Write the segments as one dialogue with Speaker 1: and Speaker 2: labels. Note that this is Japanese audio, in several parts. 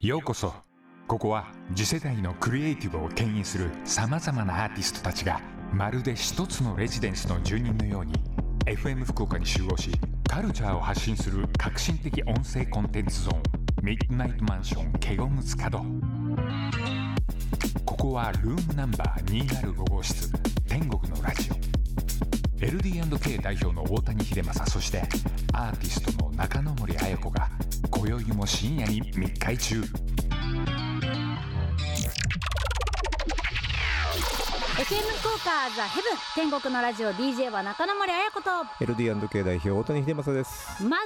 Speaker 1: ようこそここは次世代のクリエイティブを牽引するさまざまなアーティストたちがまるで一つのレジデンスの住人のように FM 福岡に集合しカルチャーを発信する革新的音声コンテンツゾーン「ミッドナイトマンションケゴムズ角」ここはルームナンバー205号室天国のラジオ LD&K 代表の大谷秀正そしてアーティストの中野森彩子が今宵も深夜に密会中
Speaker 2: FM 福岡ザヘブン天国のラジオ DJ は中野森彩子と
Speaker 3: LD&K 代表大谷秀正です
Speaker 2: まず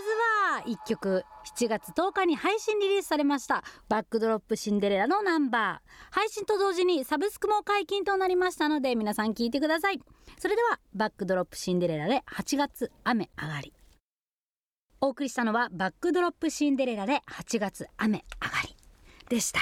Speaker 2: は一曲7月10日に配信リリースされましたバックドロップシンデレラのナンバー配信と同時にサブスクも解禁となりましたので皆さん聞いてくださいそれではバックドロップシンデレラで8月雨上がりお送りしたのはバックドロップシンデレラで8月雨上がりでした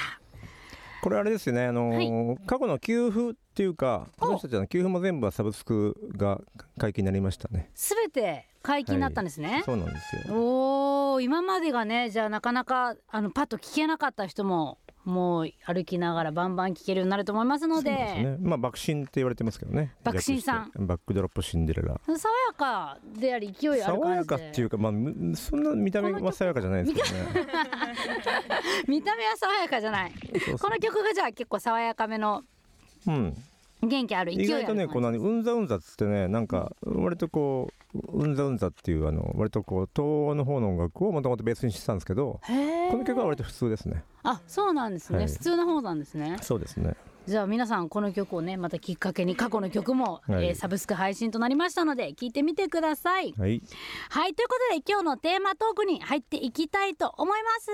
Speaker 3: これあれですよねあのー過去の給付っていうか
Speaker 2: お
Speaker 3: 私たちの給付も全部はサブスクが解禁になりましたね
Speaker 2: すべて解禁になったんですね、
Speaker 3: そうなんですよ
Speaker 2: おお今までがねじゃあなかなかあのパッと聞けなかった人ももう歩きながらバンバン聞けるようになると思いますので
Speaker 3: そうですねまあ爆心って言われてますけどね
Speaker 2: 爆心さん
Speaker 3: 略してバックドロップシンデレラ
Speaker 2: 爽やかであり勢いある
Speaker 3: 爽
Speaker 2: 感じ
Speaker 3: や
Speaker 2: で
Speaker 3: かっていうかまあむそんな見た目は爽やかじゃないですけどね
Speaker 2: 見た目は爽やかじゃない
Speaker 3: そうそ
Speaker 2: この曲がじゃあ結構爽やかめの
Speaker 3: ううん
Speaker 2: 元気ある勢い
Speaker 3: 意
Speaker 2: ある
Speaker 3: 外とねこのうんざうんざっつってねなんか割とこううんざうんざっていうあの割とこう東欧の方の音楽をもともとベースにしてたんですけど
Speaker 2: へえ
Speaker 3: この曲は割と普通ですね
Speaker 2: あそうなんですね、
Speaker 3: はい
Speaker 2: 普通の方なんですね
Speaker 3: そうですね
Speaker 2: じゃあ皆さんこの曲をねまたきっかけに過去の曲も、
Speaker 3: はい
Speaker 2: えーサブスク配信となりましたので聞いてみてください
Speaker 3: はい
Speaker 2: はいということで今日のテーマトークに入っていきたいと思います、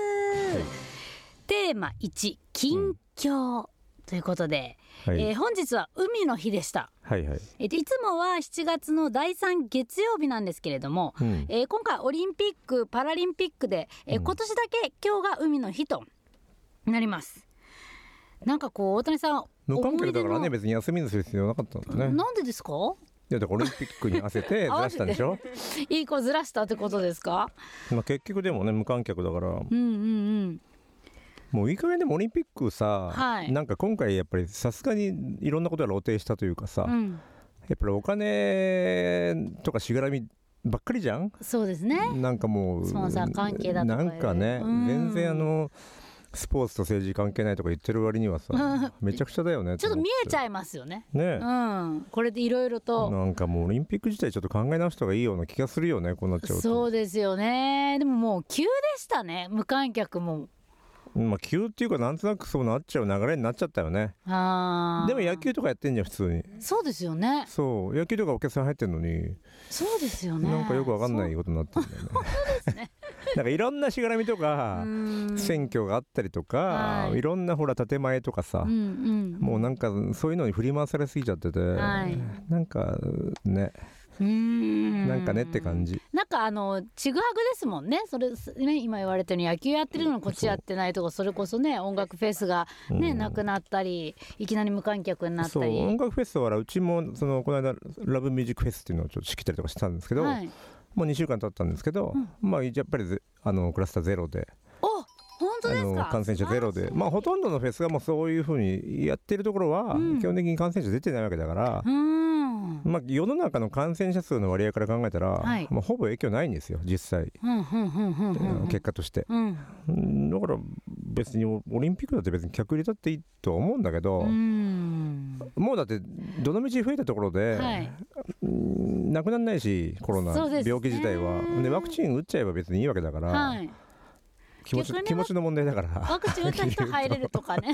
Speaker 2: テーマ1近況、ということで、
Speaker 3: はい、
Speaker 2: えー本日は海の日でした
Speaker 3: はいはい、
Speaker 2: えっといつもは7月の第3月曜日なんですけれども、
Speaker 3: うん
Speaker 2: えー今回オリンピックパラリンピックで、えー
Speaker 3: うん
Speaker 2: 今年だけ今日が海の日となりますなんかこう大谷さん
Speaker 3: 無観客だから
Speaker 2: 思
Speaker 3: ね
Speaker 2: い
Speaker 3: 別に休みにする必要なかったんだ
Speaker 2: 出の
Speaker 3: ね
Speaker 2: なんでですか
Speaker 3: いやだからオリンピックに合わせてずらしたんでしょ
Speaker 2: いい子ずらしたってことですか
Speaker 3: まあ結局でもね無観客だから
Speaker 2: うんうんうん
Speaker 3: もういい加減でもオリンピックさ、
Speaker 2: はい
Speaker 3: なんか今回やっぱりさすがにいろんなことが露呈したというかさ、
Speaker 2: う
Speaker 3: や
Speaker 2: ん
Speaker 3: っぱりお金とかしがらみばっかりじゃん
Speaker 2: そうですね
Speaker 3: なんかもう
Speaker 2: スポンサー関係だとか
Speaker 3: な
Speaker 2: ね
Speaker 3: んかね、
Speaker 2: うん
Speaker 3: 全然あのスポーツと政治関係ないとか言ってる割にはさめちゃくちゃだよね
Speaker 2: ちょっと見えち
Speaker 3: う
Speaker 2: ゃいますよね
Speaker 3: ね、
Speaker 2: うんこれでいろいろと
Speaker 3: なんかもうオリンピック自体ちょっと考え直した方がいいような気がするよねこうなっちゃうと
Speaker 2: そうですよねでももう急でしたね無観客も
Speaker 3: まあ急っていうかなんとなくそうなっちゃう流れになっちゃったよね
Speaker 2: あー
Speaker 3: でも野球とかやってんじゃん普通に
Speaker 2: そうですよね
Speaker 3: そう野球とかお客さん入ってんのに、
Speaker 2: そうですよね
Speaker 3: なんかよくわかんないことになってんだよね なんかいろんなしがらみと
Speaker 2: そう
Speaker 3: か
Speaker 2: う、ん
Speaker 3: 選挙があったりとか、
Speaker 2: はい
Speaker 3: い、ろんなほら建前とかさ、
Speaker 2: うんうん
Speaker 3: もうなんかそういうのに振り回されすぎちゃってて、
Speaker 2: はい
Speaker 3: なんかね
Speaker 2: うーん
Speaker 3: なんかねって感じ、
Speaker 2: なんかあのちぐはぐですもんねそれね今言われてるように野球やってるのにこっちやってないとかそれこそね音楽フェスがね、
Speaker 3: うん
Speaker 2: なくなったりいきなり無観客になった
Speaker 3: そう
Speaker 2: り
Speaker 3: 音楽フェスはほらうちもそのこの間ラブミュージックフェスっていうのをちょっと仕切ったりとかしたんですけど、
Speaker 2: はい、
Speaker 3: もう2週間経ったんですけど、まあやっぱりぜあのクラスターゼロで
Speaker 2: お本当
Speaker 3: あ
Speaker 2: です
Speaker 3: の
Speaker 2: か
Speaker 3: 感染者ゼロでまあほとんどのフェスがもうそういうふうにやってるところは、
Speaker 2: うん
Speaker 3: 基本的に感染者出てないわけだから
Speaker 2: う、んうん
Speaker 3: まあ、世の中の感染者数の割合から考えたら、
Speaker 2: はい
Speaker 3: まあ、ほぼ影響ないんですよ実際、
Speaker 2: うんうんうんうんうん
Speaker 3: 結果として。
Speaker 2: うん
Speaker 3: うんだから別にオリンピックだって別に客入れたっていいとは思うんだけど、
Speaker 2: うん
Speaker 3: もうだってどの道増えたところで、
Speaker 2: はい
Speaker 3: うんなくならないしコロナ、
Speaker 2: そうですね
Speaker 3: 病気自体はでワクチン打っちゃえば別にいいわけだから、
Speaker 2: はい
Speaker 3: 気持ち
Speaker 2: 逆に
Speaker 3: 気持ちの問題だから
Speaker 2: ワクチン打った人入れるとかね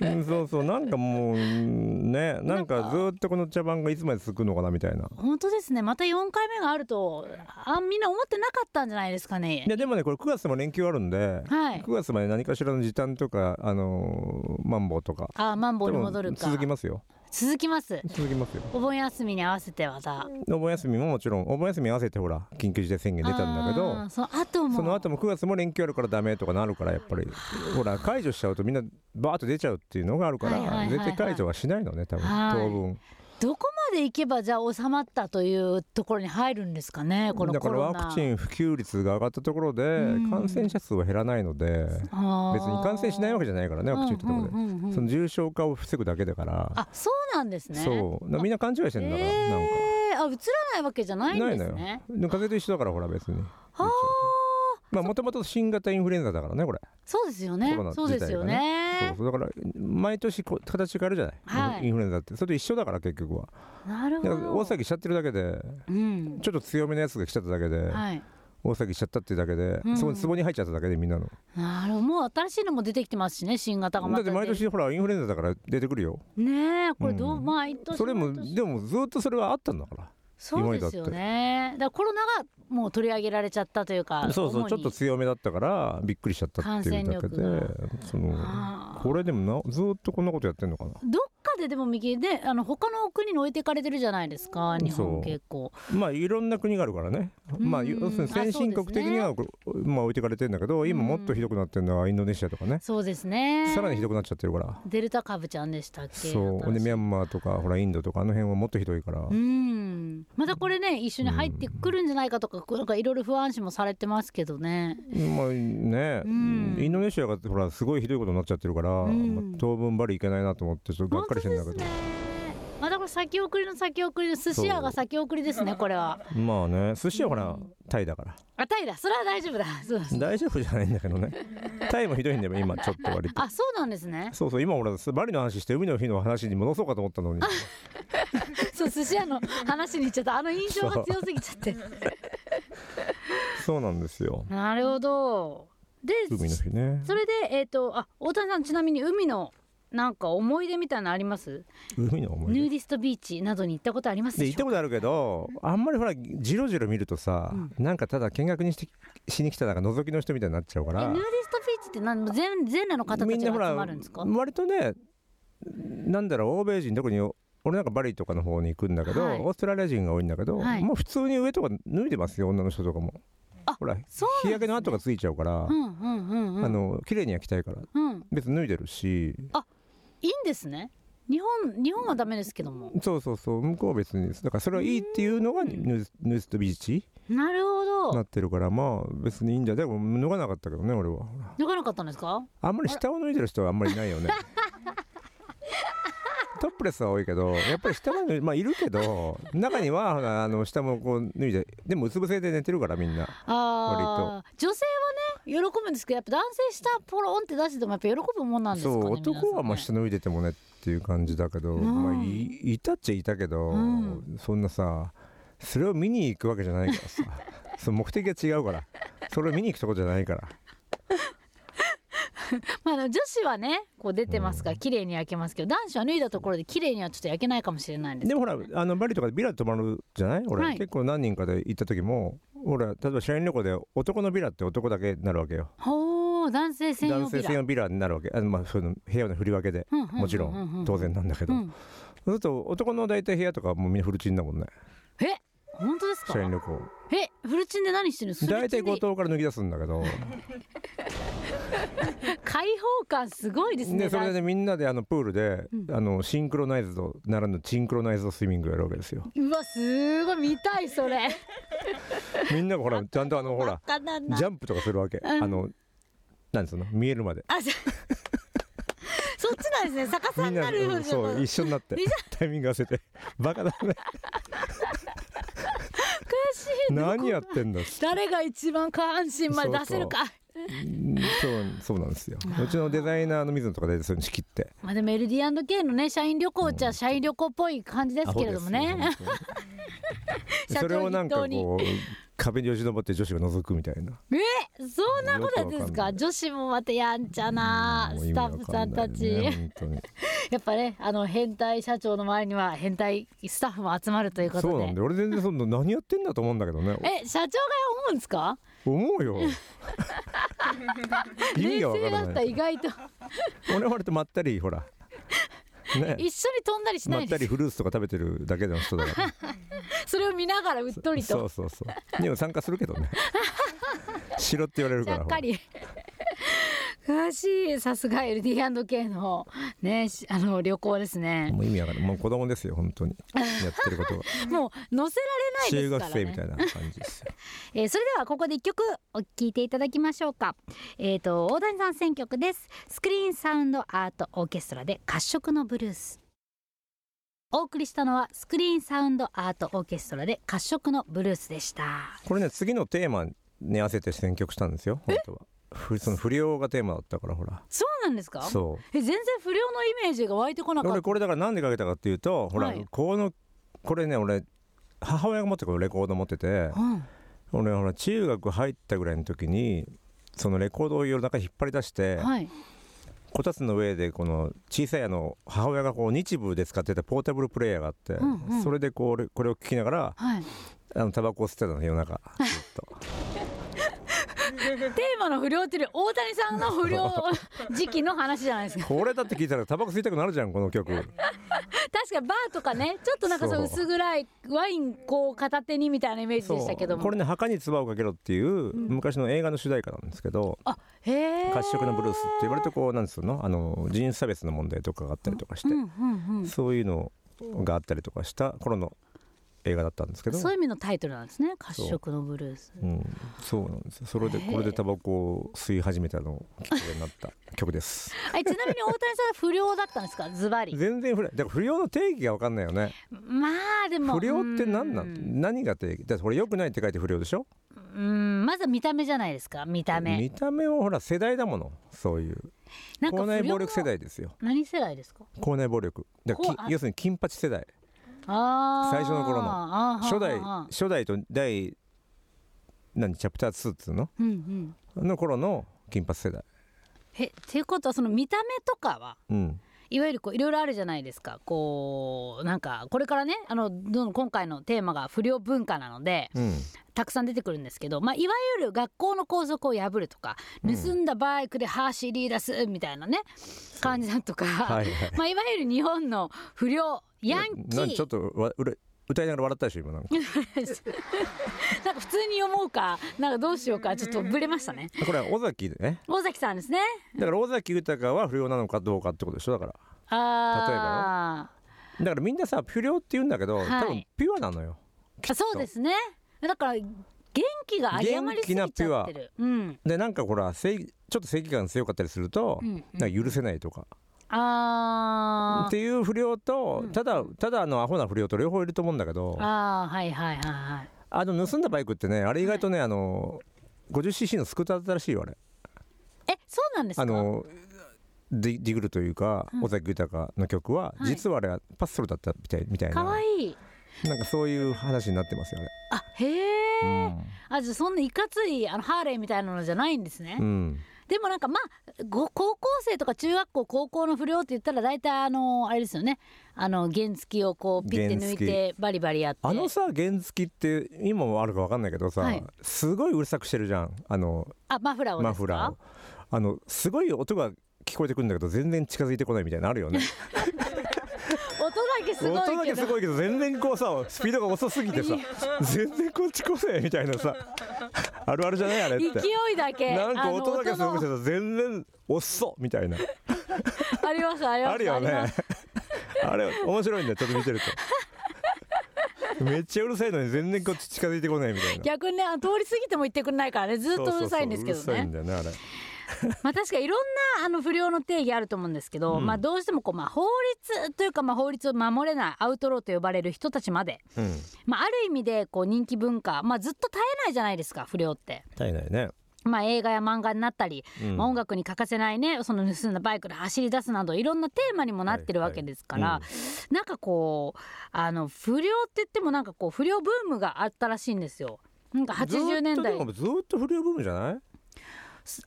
Speaker 3: うん そうそうなんかもううんねなん
Speaker 2: なんか
Speaker 3: かずーっとこの茶番がいつまで続くのかなみたいな。
Speaker 2: 本当ですねまた4回目があるとあみんな思ってなかったんじゃないですかね
Speaker 3: いやでもねこれ9月も連休あるんで、
Speaker 2: はい
Speaker 3: 9月まで何かしらの時短とかあのーマンボウとか
Speaker 2: あマンボウに戻る
Speaker 3: 多分
Speaker 2: か
Speaker 3: 続きますよ
Speaker 2: 続きます
Speaker 3: 続きますよ
Speaker 2: お盆休みに合わせてまた
Speaker 3: お盆休みももちろんお盆休み合わせてほら緊急事態宣言出たんだけ
Speaker 2: あー
Speaker 3: ど
Speaker 2: その後も
Speaker 3: その後も9月も連休あるからダメとかなるからやっぱりほら解除しちゃうとみんなバーッと出ちゃうっていうのがあるか
Speaker 2: はいはいはいは
Speaker 3: ら
Speaker 2: い
Speaker 3: 絶対解除はしないのね多分
Speaker 2: はい
Speaker 3: 当分
Speaker 2: どこまで行けばじゃあ収まったというところに入るんですかねこの
Speaker 3: だ
Speaker 2: コ
Speaker 3: から
Speaker 2: ロナ
Speaker 3: ワクチン普及率が上がったところで、
Speaker 2: ん
Speaker 3: 感染者数は減らないので別に感染しないわけ
Speaker 2: じ
Speaker 3: じゃないからねワクチンってところで、その重症化を防ぐだけだから
Speaker 2: あそうなんですね
Speaker 3: そうだからみんな勘違いしてんだから、
Speaker 2: えー
Speaker 3: なんか
Speaker 2: あ映らないわけじゃないんです
Speaker 3: ないのよ
Speaker 2: ね
Speaker 3: でも風邪と一緒だからほら別に
Speaker 2: はあ
Speaker 3: まあもともと新型インフルエンザだからねこれ
Speaker 2: そうですよね
Speaker 3: コロナ自
Speaker 2: そう
Speaker 3: 体がね
Speaker 2: ですよ
Speaker 3: そう
Speaker 2: ね
Speaker 3: そうだから毎年こう形変えるじゃない、
Speaker 2: はい
Speaker 3: インフルエンザってそれと一緒だから結局は
Speaker 2: なるほ
Speaker 3: だから大
Speaker 2: ど
Speaker 3: 騒ぎしちゃってるだけで
Speaker 2: うん
Speaker 3: ちょっと強めのやつが来ちゃっただけで、
Speaker 2: はい
Speaker 3: 大騒ぎしちゃったっていうだけで、
Speaker 2: うん
Speaker 3: そこに壺に入っちゃっただけでみんなの
Speaker 2: なるほどもう新しいのも出てきてますしね新型がま
Speaker 3: だ
Speaker 2: た
Speaker 3: って毎
Speaker 2: 出て
Speaker 3: 年ほらインフルエンザだから出てくるよ
Speaker 2: ねえこれどう、
Speaker 3: うん
Speaker 2: 毎年
Speaker 3: それも
Speaker 2: 毎年
Speaker 3: でもずっとそれはあったんだから
Speaker 2: そうですよねだからコロナがもう取り上げられちゃったというか
Speaker 3: そうそ
Speaker 2: 主
Speaker 3: う
Speaker 2: に
Speaker 3: ちょっと強めだったからびっくりしちゃったっていうだけ
Speaker 2: 感
Speaker 3: で
Speaker 2: 染力
Speaker 3: その
Speaker 2: あー
Speaker 3: これでもなずーっとこんなことやってんのかな
Speaker 2: どっかででも右であの他の国に置いていかれてるじゃないですか日
Speaker 3: そ
Speaker 2: 本
Speaker 3: う
Speaker 2: 結構
Speaker 3: まあいろんな国があるからね、
Speaker 2: うん
Speaker 3: まあ要するに先進国的には、まあ置いてかれてんだけど今もっとひどくなってるのはインドネシアとかね、
Speaker 2: そうですね
Speaker 3: さらにひどくなっちゃってるから、
Speaker 2: デルタ株ちゃんでしたっけ
Speaker 3: そうでミャンマーとかほらインドとかあの辺はもっとひどいから、
Speaker 2: うんまたこれね一緒に入ってくるんじゃないかとか、なんかいろいろ不安視もされてますけどね
Speaker 3: まあね、
Speaker 2: うん
Speaker 3: インドネシアがほらすごいひどいことになっちゃってるから、
Speaker 2: ん
Speaker 3: まあ当分バリいけないなと思ってちょっとがっかりしてんだけ
Speaker 2: 本
Speaker 3: ど、
Speaker 2: 当ですねまたこれ先送りの先送りの寿司屋が先送りですねこれは
Speaker 3: まあね寿司はほら、タイだから
Speaker 2: あタイだそれは大丈 夫だそうです
Speaker 3: 大丈夫じゃないんだけ どねタイもひどいんだよ今ちょっと割と
Speaker 2: あそうなんですね
Speaker 3: そうそう今俺バリの話して海の日の話に戻そうかと思っ たのに
Speaker 2: そう寿司屋の話に行っちゃったあの印象が強すぎちゃって
Speaker 3: そうなんですよ
Speaker 2: なるほどで
Speaker 3: 海の日ね
Speaker 2: それでえっ、とあ太田さんちなみに海のなんか思い出みたいなのあります
Speaker 3: 海の思
Speaker 2: ヌー
Speaker 3: い
Speaker 2: ディストビーチなどに行ったことあります
Speaker 3: 出で
Speaker 2: でし
Speaker 3: 行っ
Speaker 2: ょ
Speaker 3: たことあるけどあんまりほらじろじろ見るとさ、なんかただ見学にしてしに来たなんか覗きの人みたいになっちゃうか
Speaker 2: え
Speaker 3: ら
Speaker 2: ヌーディストビーチってなん全全裸の方た
Speaker 3: み
Speaker 2: ち
Speaker 3: んなほ
Speaker 2: が集
Speaker 3: ら
Speaker 2: まるんですか
Speaker 3: 割とねなんだろう欧米人特に俺なんかバリとかの方に行くんだけど、
Speaker 2: はい
Speaker 3: オーストラリア人が多いんだけど、
Speaker 2: はい
Speaker 3: もう普通に上とか脱いでますよ女の人とかも
Speaker 2: あ
Speaker 3: ほら
Speaker 2: そう
Speaker 3: 日焼けの跡がついちゃうから、
Speaker 2: うんうんうんうん
Speaker 3: あの綺麗に焼きたいから
Speaker 2: うん
Speaker 3: 別に脱いでるし
Speaker 2: いいんですね日本日本はダメですけども
Speaker 3: そうそうそう向こうは別にだからそれはいいっていうのがヌースヌースとビーチ
Speaker 2: なるほど
Speaker 3: なってるからまあ別にいいんじゃでも脱がなかったけどね俺は
Speaker 2: 抜かなかったんですか
Speaker 3: あんまり下を脱いでる人はあんまりいないよね トップレスは多いけどやっぱり下は脱いまあいるけど中にはほらあの下もこう脱いででもうつ伏せで寝てるからみんな
Speaker 2: ああ女性はね喜ぶんですけどやっぱ男性下ポロンって出しててもやっぱ喜ぶもんなんですか
Speaker 3: そ
Speaker 2: ね
Speaker 3: う
Speaker 2: 皆さんね
Speaker 3: 男はまあ下脱いでてもねっていう感じだけど、
Speaker 2: うん
Speaker 3: まあいいたっちゃいたけど、
Speaker 2: うん
Speaker 3: そんなさそれを見に行くわけじゃないから さその目的が違うからそれを見に行くとこじゃないから
Speaker 2: まあでも女子はねこう出てますから綺麗に焼けますけど男子は脱いだところで綺麗にはちょっと焼けないかもしれないです
Speaker 3: でもほらあのバリとかでビラ泊まるじゃない俺、
Speaker 2: はい
Speaker 3: 結構何人かで行った時も俺例えば社員旅行で男のビラって男だけになるわけよ
Speaker 2: ほう男性専用
Speaker 3: 男性
Speaker 2: ビラ
Speaker 3: 専用ビラになるわけあの、まあ、その部屋の振り分けで、
Speaker 2: うんうんうんうんうん
Speaker 3: もちろん当然なんだけど、
Speaker 2: う
Speaker 3: そうんすると男の大体部屋とかはもうみんなフルチンだもんね
Speaker 2: え本当ですか
Speaker 3: 社員旅行
Speaker 2: えフルチンで何してるんですか
Speaker 3: 大体後藤から抜き出すんだ けど。
Speaker 2: 開放感すごいですね
Speaker 3: でそれで
Speaker 2: 男。
Speaker 3: ねみんなであのプールで、あのシンクロナイズドならぬチンクロナイズドスイミングやるわけですよ
Speaker 2: 子うわすごい見たいそれ
Speaker 3: みんながほらちゃんとあのほら
Speaker 2: バカだ な
Speaker 3: ジャンプとかするわけ。あのなんつうの見えるまで。
Speaker 2: あじ ゃそっちなんですね逆
Speaker 3: み
Speaker 2: さ
Speaker 3: ん
Speaker 2: に
Speaker 3: な
Speaker 2: なる
Speaker 3: でうんそう一緒になって
Speaker 2: みん
Speaker 3: タイミング合わせてバカだね。
Speaker 2: 悔しい
Speaker 3: 何やってんだ。
Speaker 2: 誰が一番下半身まで出せるか
Speaker 3: うんそうそうなんですよ。うちのデザイナーの水野とかでそういうの仕切って。
Speaker 2: まあでも LD&K のね社員旅行っちゃ社員旅行っぽい感じですけれども
Speaker 3: アホで
Speaker 2: ね
Speaker 3: すよ。本当に
Speaker 2: 社
Speaker 3: それをなんか
Speaker 2: 長筆
Speaker 3: こう壁によじ登って女子が覗くみたいな。
Speaker 2: えそんなことやってるんですか
Speaker 3: よくわかんない
Speaker 2: 女子もまたやんちゃな
Speaker 3: もう
Speaker 2: ス
Speaker 3: 意味
Speaker 2: タ
Speaker 3: わ
Speaker 2: ッフ
Speaker 3: か
Speaker 2: さん
Speaker 3: な
Speaker 2: た
Speaker 3: いね
Speaker 2: ち、
Speaker 3: 本当に。
Speaker 2: やっぱねあの変態社長の周りには変態スタッフも集まるということ
Speaker 3: そうなん
Speaker 2: で
Speaker 3: だよ俺全然そんな何やってんだと思うんだけどね
Speaker 2: え社長が思うんですか
Speaker 3: 思うよ
Speaker 2: 冷静だっ
Speaker 3: 意味がわから
Speaker 2: た
Speaker 3: ない
Speaker 2: 意外と
Speaker 3: 俺は割とまったりほらね
Speaker 2: 一緒に飛んだりしな
Speaker 3: まっ
Speaker 2: い
Speaker 3: た
Speaker 2: で
Speaker 3: り
Speaker 2: す
Speaker 3: フルーツとか食べてるだけの人だから
Speaker 2: それを見ながらうっとり
Speaker 3: そ
Speaker 2: と
Speaker 3: うそ うそうでも参加するけどねしろって言われるか
Speaker 2: ちゃ
Speaker 3: ら
Speaker 2: っ
Speaker 3: ほ
Speaker 2: からり詳しいさすが LD&K のねしあの旅行ですね
Speaker 3: もう意味わかんないもう子供ですよ本当にやってる ことは
Speaker 2: もう載せられな
Speaker 3: 中
Speaker 2: いで
Speaker 3: 学
Speaker 2: すから
Speaker 3: 生み
Speaker 2: ね
Speaker 3: たいな感じですよ
Speaker 2: えーそれではここで一曲お聴いていただきましょうかえっ、と大谷さん選曲ですスクリーンサウンドアートオーケストラで褐色のブルースお送りしたのはスクリーンサウンドアートオーケストラで褐色のブルースでした
Speaker 3: これね次のテーマに合わせて選曲したんですよ本当はふその不良がテーマだったからほら
Speaker 2: そうなんですか
Speaker 3: そ
Speaker 2: え全然不良のイメージが湧いてこな
Speaker 3: う
Speaker 2: かっ
Speaker 3: 俺
Speaker 2: た
Speaker 3: これだからなんでかけたかっていうとほら、
Speaker 2: はい
Speaker 3: このこれね俺母親が持ってこのレコード持ってて
Speaker 2: うん
Speaker 3: 俺ほら中学入ったぐらいの時にそのレコードを夜中引っ張り出して、
Speaker 2: はい
Speaker 3: こたつの上でこの小さいあの母親がこう日舞で使ってたポータブルプレイヤーがあって、
Speaker 2: うんうん
Speaker 3: それでこう俺これを聞きながら
Speaker 2: はい
Speaker 3: あのタバコを吸ってたの 夜中ずっと
Speaker 2: テーマの不良っていうより大谷さんの不良 時期の話じゃないで すか
Speaker 3: これだって聞いたらタバコ吸いたくなるじゃんこ の曲
Speaker 2: 確かにバーとかねちょっとなんかそう
Speaker 3: そう
Speaker 2: 薄暗いワインこう片手にみたいなイメージでしたけども
Speaker 3: これね「墓に唾をかけろ」っていう、昔の映画の主題歌なんですけど
Speaker 2: あへ
Speaker 3: 「
Speaker 2: え
Speaker 3: 褐色のブルース」って割とこうなんですよのあの人種差別の問題とかがあったりとかして、
Speaker 2: うんうん
Speaker 3: そういうのがあったりとかした頃の映画だったんですけ
Speaker 2: うん、
Speaker 3: ど
Speaker 2: そういう意味のタイトルなんですね褐色のブルース
Speaker 3: うん、そうなんですよそれで
Speaker 2: へえ
Speaker 3: これでタバコを吸い始めたのをきっかけになった曲です
Speaker 2: あちなみに大谷さんは不良だったんですかズバリ
Speaker 3: 全然不良だから不良の定義が分かんないよね
Speaker 2: まあでも
Speaker 3: 不良って何な
Speaker 2: うんん
Speaker 3: 何が定義だってこれ良くないって書いて不良でしょ
Speaker 2: うんまず見た目じゃないですか見た目
Speaker 3: 見た目はほら世代だものそういう
Speaker 2: なんか
Speaker 3: 校内
Speaker 2: 不良
Speaker 3: 暴
Speaker 2: の
Speaker 3: 力世代ですよ
Speaker 2: 何世代ですか
Speaker 3: 校内暴力だからき
Speaker 2: こうあ
Speaker 3: 要するに金八世代
Speaker 2: ああ
Speaker 3: 最初の頃の
Speaker 2: の
Speaker 3: 初代初代と第何チャプター2っつうの
Speaker 2: うんうん
Speaker 3: の頃の金八世代
Speaker 2: えっていうことはその見た目とかは
Speaker 3: うん
Speaker 2: いわゆるこういろいろあるじゃないですかこうなんかこれからねあのどの今回のテーマが不良文化なので
Speaker 3: うん
Speaker 2: たくさん出てくるんですけど、まあ、いわゆる学校の校則を破るとか盗んだバイクで走り出すみたいなね、感じだとか、
Speaker 3: はいは い
Speaker 2: まあ、いわゆる日本の不良ヤンキ
Speaker 3: なんか
Speaker 2: ー
Speaker 3: ちょっとわうれ歌いながら笑ったでしょ今なんか
Speaker 2: なんか普通に読もうかなんかどうしようかちょっとぶれましたね
Speaker 3: これは尾崎でね
Speaker 2: 尾崎さんですね
Speaker 3: だから尾崎豊は不良なのかどうかってことでしょだから
Speaker 2: あ
Speaker 3: だからみんなさ不良って言うんだけど、
Speaker 2: はい
Speaker 3: 多分ピュアなのよ
Speaker 2: あそうですねだから元気が誤りすぎちゃって
Speaker 3: 元気
Speaker 2: る、うん、
Speaker 3: でなんかほら正義ちょっと正義感強かったりすると、
Speaker 2: うんうん
Speaker 3: なんか許せないとか
Speaker 2: あ
Speaker 3: っ
Speaker 2: ー
Speaker 3: ていう不良と、
Speaker 2: うん
Speaker 3: ただただあのアホな不良と両方いると思うんだけどあ
Speaker 2: あーはいはいはいはい
Speaker 3: の盗んだバイクってねあれ意外とね、あの 50cc のスクーターだったらしいよあれ
Speaker 2: えそうなんですか
Speaker 3: あのディディグルというか
Speaker 2: うん
Speaker 3: 尾崎豊の曲は、
Speaker 2: はい
Speaker 3: 実はあれはパッソルだったみたいみたいな
Speaker 2: かわいい
Speaker 3: なんかそういう話になってますよ
Speaker 2: あへえ、
Speaker 3: あれ、うん
Speaker 2: あじゃあそんないかついあのハーレーみたいなのじゃないんですね、
Speaker 3: うん、
Speaker 2: でもなんかまあご高校生とか中学校高校の不良って言ったら大体あのあれですよねあの原付きをこうピッて抜い
Speaker 3: 原
Speaker 2: てバリバリやって
Speaker 3: あのさ原付って今もあるか分かんないけどさ、
Speaker 2: はい
Speaker 3: すごいうるさくしてるじゃんあの
Speaker 2: あマフラーをですか
Speaker 3: マフラーをあのすごい音が聞こえてくるんだけど全然近づいてこないみたいなのあ るよね
Speaker 2: 音だけすごいけど
Speaker 3: 音だけすごいけど全然こうさスピードが遅すぎてさ全然こっち来せみたい なさあるあるじゃないあれって
Speaker 2: 勢いだけ
Speaker 3: なんか音だけすごくて
Speaker 2: あの
Speaker 3: さ全然遅っみたいな
Speaker 2: 音のありますあります
Speaker 3: あるよ
Speaker 2: りま
Speaker 3: ね
Speaker 2: す
Speaker 3: あれ面白いんだよちょっと見てるとめっちゃうるさいのに全然こっち近づいてこないみたいな
Speaker 2: 逆にねあの通り過ぎても言ってくれないからねずっとうるさいんですけどね
Speaker 3: そうそうそううるさいんだよねあれ
Speaker 2: まあ確かいろんなあの不良の定義あると思うんですけど、
Speaker 3: うん
Speaker 2: まあどうしてもこうまあ法律というかまあ法律を守れないアウトローと呼ばれる人たちまで、
Speaker 3: うん
Speaker 2: まあ、ある意味でこう人気文化、まあ、ずっと絶えないじゃないですか不良って。
Speaker 3: 足りないね、
Speaker 2: まあ、映画や漫画になったり、
Speaker 3: うん
Speaker 2: まあ、音楽に欠かせないねその盗んだバイクで走り出すなどいろんなテーマにもなってるわけですから、
Speaker 3: はいは
Speaker 2: なんかこうあの不良って言ってもなんかこう不良ブームがあったらしいんですよ。なんか80年代
Speaker 3: ずっとでもずっと不良ブームじゃない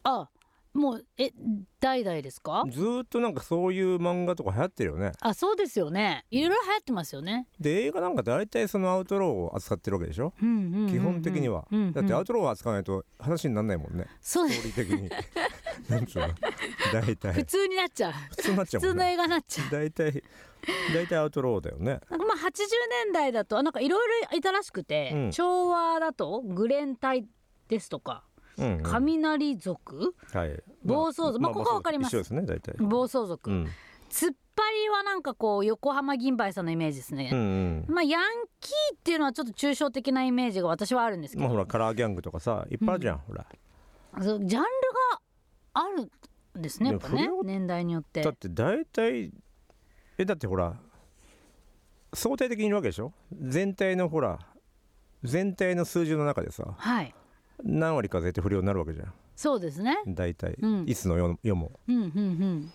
Speaker 2: あもうえ代々ですか
Speaker 3: ずっとなんかそういう漫画とか流行ってるよね
Speaker 2: あそうですよねいろいろ流行ってますよね。
Speaker 3: で映画なんか大体そのアウトローを扱ってるわけでしょ
Speaker 2: うんうんうんうん
Speaker 3: 基本的には、
Speaker 2: うんうん
Speaker 3: だってアウトローを扱わないと話にならないもんね
Speaker 2: そうです
Speaker 3: 合理的 になんつうの大体
Speaker 2: 普通になっ ちゃう
Speaker 3: 普通になっちゃ
Speaker 2: 普
Speaker 3: う
Speaker 2: 通
Speaker 3: もん
Speaker 2: の
Speaker 3: ね
Speaker 2: 映画になっちゃう。
Speaker 3: 大体大体アウトローだよね
Speaker 2: なんかまあ80年代だとなんかいろいろいたらしくて、
Speaker 3: うん
Speaker 2: 昭和だとグレン隊ですとか
Speaker 3: うんうん
Speaker 2: 雷族
Speaker 3: はい
Speaker 2: 暴走族まあここはわかります
Speaker 3: 一緒ですね大体
Speaker 2: 暴走族、
Speaker 3: うん
Speaker 2: 突っ張りはなんかこう横浜銀杯さんのイメージですね
Speaker 3: う、ん
Speaker 2: まあヤンキーっていうのはちょっと抽象的なイメージが私はあるんです
Speaker 3: う
Speaker 2: け
Speaker 3: んまあ
Speaker 2: ど、
Speaker 3: ほらカラーギャングとかさいっぱいあるじゃんほら
Speaker 2: そうジャンルがあるんですねやっぱ
Speaker 3: い
Speaker 2: ね
Speaker 3: や不良
Speaker 2: 年代によって
Speaker 3: だって大体えだってほら相対的にいるわけでしょ全体のほら全体の数字の中でさ
Speaker 2: はい
Speaker 3: 何割か絶対不良になるわけじゃ
Speaker 2: そうですね
Speaker 3: ん大体、
Speaker 2: うん
Speaker 3: いつの世の世も
Speaker 2: うんうんうん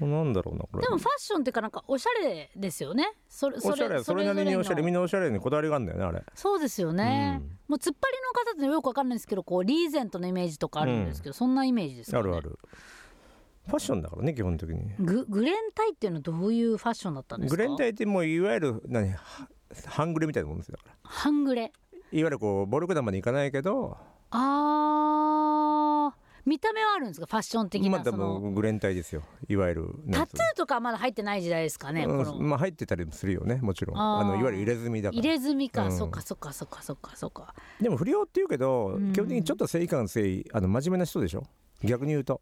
Speaker 3: なんだろうなこれ
Speaker 2: でもファッションっていうかなんかおしゃれですよねそれ
Speaker 3: おしゃれそれなりにおしゃれみんなおしゃれにこだわりがあるんだよねあれ
Speaker 2: そうですよね、
Speaker 3: うん
Speaker 2: もう突っ張りの方ってよくわかんないですけどこうリーゼントのイメージとかあるんですけど、そんなイメージですか、ね、
Speaker 3: あるあるファッションだからね基本的に
Speaker 2: ググレンタイっていうのはどういうファッションだったんです
Speaker 3: グ
Speaker 2: か
Speaker 3: レンタイってもういわゆる何は半グレみたいなもんですよだから
Speaker 2: 半グレ
Speaker 3: いわゆるこう暴力団までいかないけど
Speaker 2: あー見た目はあるんですかファッション的
Speaker 3: 今
Speaker 2: な
Speaker 3: 多
Speaker 2: その
Speaker 3: 分グレンタイですよいわゆるな
Speaker 2: タ
Speaker 3: ん
Speaker 2: トゥー
Speaker 3: つうの
Speaker 2: とかはまだ入ってない時代ですかね、こ
Speaker 3: うん、
Speaker 2: の
Speaker 3: まあ入ってたりもするよねもちろん
Speaker 2: あー
Speaker 3: あのいわゆる入れ墨だか
Speaker 2: 入
Speaker 3: ら
Speaker 2: れ墨か、
Speaker 3: うん
Speaker 2: そっかそっかそっかそっかそっか
Speaker 3: でも不良っていうけど、
Speaker 2: うん
Speaker 3: 基本的にちょっと正義感の強いあの真面目な人でしょ逆に言うと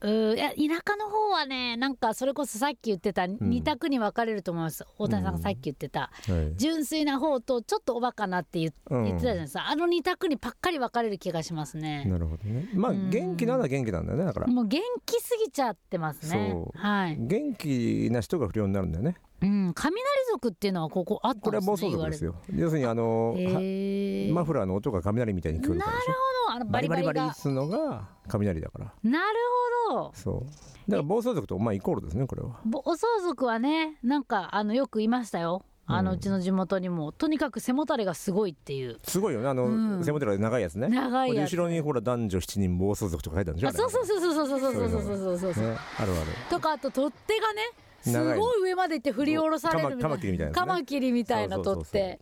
Speaker 2: うーいや田舎の方はねなんかそれこそさっき言ってた二択に分かれると思います、大谷さんがさっき言ってた、
Speaker 3: はい
Speaker 2: 純粋な方とちょっとおバカなって言っ
Speaker 3: うん
Speaker 2: 言ってたじゃないですか、あの二択にばっかり分かれる気がしますね
Speaker 3: なるほどねまあ
Speaker 2: うん
Speaker 3: 元気なのは元気なんだよねだから
Speaker 2: もう元気すぎちゃってますね
Speaker 3: そう
Speaker 2: はい、
Speaker 3: 元気な人が不良になるんだよね
Speaker 2: うん、雷族っていうのはここあった
Speaker 3: こ
Speaker 2: ん
Speaker 3: れ
Speaker 2: で
Speaker 3: は
Speaker 2: すね
Speaker 3: 暴走族です
Speaker 2: よ
Speaker 3: よ要するにあのは
Speaker 2: へえ
Speaker 3: マフラーの音が雷みたいに聞こえるからでしょ
Speaker 2: あのバリバリが
Speaker 3: バリするのが雷だから
Speaker 2: なるほど
Speaker 3: そうだから暴走族とまあイコールですねこれは
Speaker 2: 暴走族はねなんかあのよくいましたよあの
Speaker 3: う
Speaker 2: うんちの地元にもとにかく背もたれがすごいっていう
Speaker 3: すごいよねあの、
Speaker 2: うん
Speaker 3: 背もたれが長いやつね
Speaker 2: 長いやつ
Speaker 3: これ後ろにほら男女7人暴走族とか書いてあるんでしょ
Speaker 2: あそうそうそうそうそうそうそうそうそうそう
Speaker 3: あれねあるある
Speaker 2: とかあと取っ手がねす
Speaker 3: 長い
Speaker 2: ごい上まで行って振り下ろされる
Speaker 3: カマカマキリみたいなね
Speaker 2: カマキリみたいな
Speaker 3: そうそう
Speaker 2: 取
Speaker 3: そう
Speaker 2: っ
Speaker 3: そう
Speaker 2: 手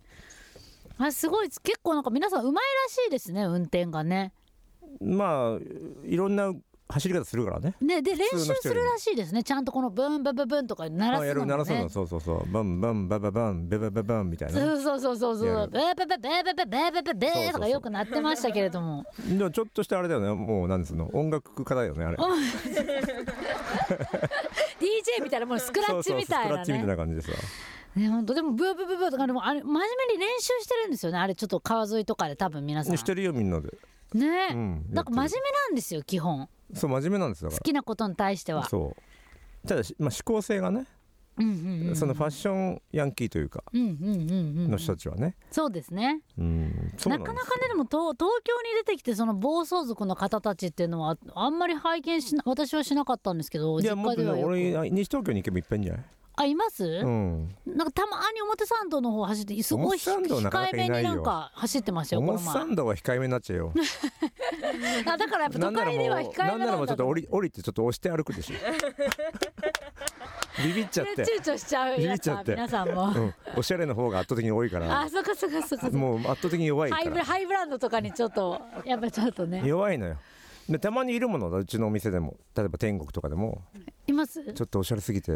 Speaker 2: あすごいです結構なんか皆さんうまいらしいですね運転がね
Speaker 3: まあいろんな走り方するからね
Speaker 2: ねで練
Speaker 3: 普通
Speaker 2: 習
Speaker 3: の人
Speaker 2: す
Speaker 3: より
Speaker 2: る
Speaker 3: も
Speaker 2: らしいですねちゃんとこのブンブンブンブンとか鳴ら
Speaker 3: あ
Speaker 2: す
Speaker 3: やる
Speaker 2: の
Speaker 3: 鳴
Speaker 2: も
Speaker 3: らす
Speaker 2: ね
Speaker 3: のそうそうそうバンバンバババンベバベバンみたいな
Speaker 2: そうそうそうそうそう
Speaker 3: や
Speaker 2: そう
Speaker 3: る
Speaker 2: ベーベーベーベーベーベーベーベーベーと
Speaker 3: そうそうそう
Speaker 2: かよくなってましたけれども
Speaker 3: でもちょっとしたあれだよねもうなんつうの音楽家だよねあれ
Speaker 2: DJ みたいなもうスクラ
Speaker 3: そ
Speaker 2: ッ
Speaker 3: う
Speaker 2: チ
Speaker 3: そう
Speaker 2: み
Speaker 3: スク
Speaker 2: たい
Speaker 3: ラ
Speaker 2: な
Speaker 3: ッチみたい
Speaker 2: ね
Speaker 3: な感じでさ
Speaker 2: ね本当でもブーブーブーブーとかでもあれ真面目に練習してるんですよねあれちょっと川沿いとかで多分皆さん
Speaker 3: してるよみんなで
Speaker 2: ね、
Speaker 3: うん
Speaker 2: なんか真面目なんですよ基本
Speaker 3: そう真面目なんですだ
Speaker 2: 好
Speaker 3: か
Speaker 2: きなことに対して
Speaker 3: ら
Speaker 2: は
Speaker 3: そうただし、まあ、思考性がね、
Speaker 2: うんうんうん
Speaker 3: そのファッションヤンキーというか
Speaker 2: うんうんうんうん
Speaker 3: の人たちはね、
Speaker 2: そうですね
Speaker 3: うん、そう
Speaker 2: なんか
Speaker 3: ですよ
Speaker 2: なかねでも東東京に出てきてその暴走族の方たちっていうのはあんまり拝見しな私はしなかったんですけど
Speaker 3: いや
Speaker 2: 実
Speaker 3: もっ
Speaker 2: 家
Speaker 3: と
Speaker 2: で
Speaker 3: ね
Speaker 2: はよ
Speaker 3: 俺
Speaker 2: く
Speaker 3: 西東京に行けばいっぱいいんじゃない
Speaker 2: あいます、
Speaker 3: うん
Speaker 2: なんかたまに表参道の方走ってすごい
Speaker 3: 表参道なか
Speaker 2: 控
Speaker 3: な
Speaker 2: え
Speaker 3: か
Speaker 2: め
Speaker 3: い
Speaker 2: に
Speaker 3: ないよ
Speaker 2: なんか走ってましたよこ
Speaker 3: モ
Speaker 2: の
Speaker 3: ッ
Speaker 2: 前
Speaker 3: サンドは控えめになっちゃうよ
Speaker 2: あだからやっぱ
Speaker 3: な
Speaker 2: 都
Speaker 3: んなら
Speaker 2: 会
Speaker 3: も
Speaker 2: で
Speaker 3: う
Speaker 2: は控
Speaker 3: な
Speaker 2: え
Speaker 3: ん
Speaker 2: め
Speaker 3: なら
Speaker 2: な
Speaker 3: もうんち
Speaker 2: だ
Speaker 3: ょっと
Speaker 2: と
Speaker 3: 降り降りてちょっと押して歩く でしょビビっちゃって、
Speaker 2: 躊躇しちゃう
Speaker 3: ビビ
Speaker 2: や
Speaker 3: っ
Speaker 2: つ
Speaker 3: ちゃ
Speaker 2: は
Speaker 3: って
Speaker 2: 皆さんも、
Speaker 3: うん、おしゃれの方が圧倒的に多いから
Speaker 2: あそっかそっかそっかそっか
Speaker 3: もう圧倒的に弱いか
Speaker 2: ハイブ
Speaker 3: ら
Speaker 2: ハイブランドとかにちょっとやっぱちょっとね
Speaker 3: 弱いのよでたまにいるものだうちのお店でも例えば天国とかでも
Speaker 2: います
Speaker 3: ちょっとおしゃれすぎて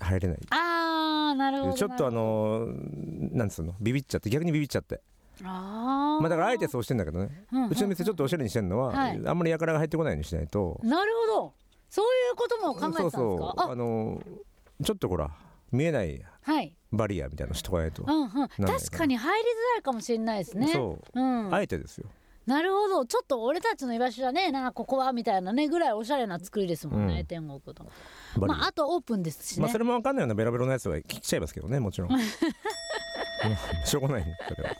Speaker 3: 入れない
Speaker 2: あーなるほど
Speaker 3: ちょっとあ
Speaker 2: あ
Speaker 3: のーなんつうのビビっちゃって逆にビビっちゃって
Speaker 2: あー、
Speaker 3: まあだからあえてそうしてんだけどね
Speaker 2: うんうんうん
Speaker 3: うちの店ちょっとおしゃれにしてるのは、
Speaker 2: はい
Speaker 3: あんまりやからが入ってこないようにしないと
Speaker 2: なるほどそういうことも考えてたんですか
Speaker 3: そうそうあ
Speaker 2: あ
Speaker 3: のちょっとほら見えない
Speaker 2: はい
Speaker 3: バリアみたいなのしとかないと、
Speaker 2: うんうん、
Speaker 3: だよね
Speaker 2: 確かに入りづらいかもしれないですね
Speaker 3: そう
Speaker 2: うん、
Speaker 3: あえてですよ、
Speaker 2: なるほどちょっと俺たちの居場所だねえなここはみたいなねぐらいおしゃれな作りですもんね、
Speaker 3: うん
Speaker 2: 天国と、
Speaker 3: バリア
Speaker 2: まああとオープンですしね、
Speaker 3: まあそれもわかんないようなベロベロのやつは聞きちゃいますけどねも ちろんうんしょうがないねそれは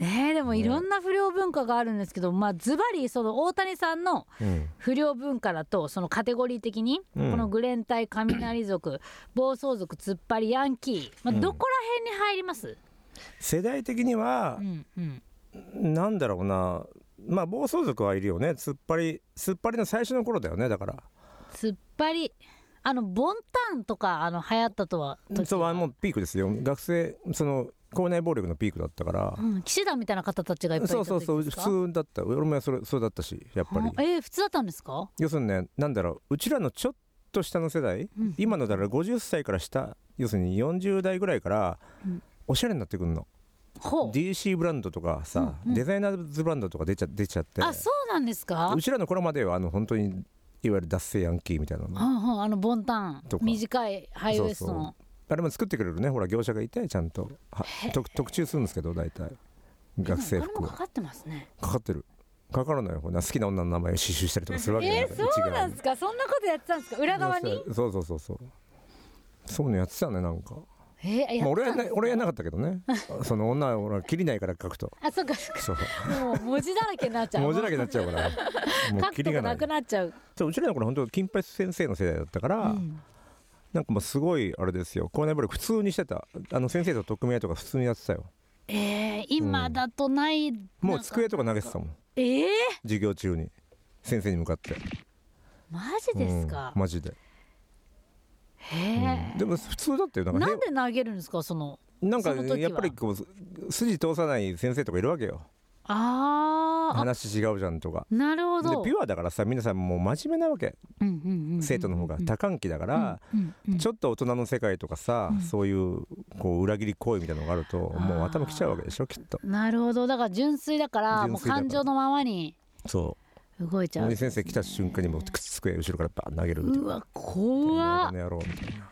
Speaker 2: ねえでもいろんな不良文化があるんですけど、まあズバリその大谷さんの
Speaker 3: うん
Speaker 2: 不良文化だとそのカテゴリー的に、
Speaker 3: うん
Speaker 2: このグレン隊雷族暴走族突っ張りヤンキー、まあ、
Speaker 3: うん
Speaker 2: どこら辺に入ります、
Speaker 3: 世代的には
Speaker 2: う、んうん、
Speaker 3: なんだろうなまあ暴走族はいるよね突っ張り突っ張りの最初の頃だよねだから
Speaker 2: 突っ張りあのボンタンとかあの流行ったとは時
Speaker 3: そうあもうピークですよ学生その校内暴力のピークだったから、
Speaker 2: うん、騎士団みたいな方たちがいっぱいいた
Speaker 3: そ
Speaker 2: 時
Speaker 3: うそうそう
Speaker 2: で
Speaker 3: 普
Speaker 2: すか
Speaker 3: 通だった俺もそれそうだったしやっぱり
Speaker 2: あえー普通だったんですか
Speaker 3: 要するにねなんだろううちらのちょっと下の世代、
Speaker 2: うん
Speaker 3: 今のだから50歳から下要するに40代ぐらいから
Speaker 2: うん
Speaker 3: おしゃれになってくるの、
Speaker 2: ほう
Speaker 3: DC ブランドとかさ、デザイナーズブランドとか出ちゃ出ちゃって
Speaker 2: あそうなんですか
Speaker 3: うちらの頃まではあの本当にいわゆる脱製ヤンキーみたいなの、
Speaker 2: うんうんあのボンタン
Speaker 3: とか
Speaker 2: 短いハイウエストの
Speaker 3: あれも作ってくれるねほら業者がいてちゃんとは特特注するんですけど大体学生
Speaker 2: でもお金
Speaker 3: 服
Speaker 2: も
Speaker 3: は
Speaker 2: かかってますね
Speaker 3: かかってるかからないよほな好きな女の名前を刺繍したりとかするわけじゃない
Speaker 2: えー、そうなんですかそんなことやってたんですか裏側に
Speaker 3: そうそうそうそうそういうのやってたねなんか、
Speaker 2: えー、や
Speaker 3: まあ、俺は
Speaker 2: っ
Speaker 3: やんな俺はやんなかったけ どねその女はほら切りないから書くと
Speaker 2: あそうかそうか
Speaker 3: そう
Speaker 2: もう文字だらけになっちゃう
Speaker 3: 文字だけになっちゃう から
Speaker 2: もう
Speaker 3: も
Speaker 2: 書
Speaker 3: うキ
Speaker 2: く
Speaker 3: リ
Speaker 2: とこ
Speaker 3: がない
Speaker 2: なくなっちゃう
Speaker 3: そううちらの頃本当金八先生の世代だったから、なんかもうすごいあれですよ校内暴力普通にしてたあの先生と特命とか普通にやってたよ
Speaker 2: えー、今だとない、
Speaker 3: もう
Speaker 2: なんか
Speaker 3: 机とか投げてたもん
Speaker 2: えー、
Speaker 3: 授業中に先生に向かって
Speaker 2: マジですか、
Speaker 3: うんマジで、
Speaker 2: へ
Speaker 3: でも普通だったよな
Speaker 2: え
Speaker 3: んか
Speaker 2: なんで投げるんですかその
Speaker 3: なんか
Speaker 2: その時は
Speaker 3: やっぱりこう筋通さない先生とかいるわけよ
Speaker 2: あーあ
Speaker 3: 話違うじゃんとか
Speaker 2: なるほ
Speaker 3: で
Speaker 2: ど
Speaker 3: ピュアだからさ皆さんもう真面目なわけ
Speaker 2: うんうんうん
Speaker 3: 生徒の方が多感期だから、
Speaker 2: うんうん
Speaker 3: ちょっと大人の世界とかさ、そういうこう裏切り行為みたいなのがあるともう頭きちゃうわけでしょきっと
Speaker 2: なるほどだから純粋だから
Speaker 3: 純
Speaker 2: もう
Speaker 3: 粋だか
Speaker 2: 感
Speaker 3: ら
Speaker 2: 情のままに
Speaker 3: そ
Speaker 2: 動いち
Speaker 3: う
Speaker 2: ゃう
Speaker 3: 森先生来た瞬間にもう机後ろからバーン投げる
Speaker 2: うわ怖っ
Speaker 3: この野郎みたいな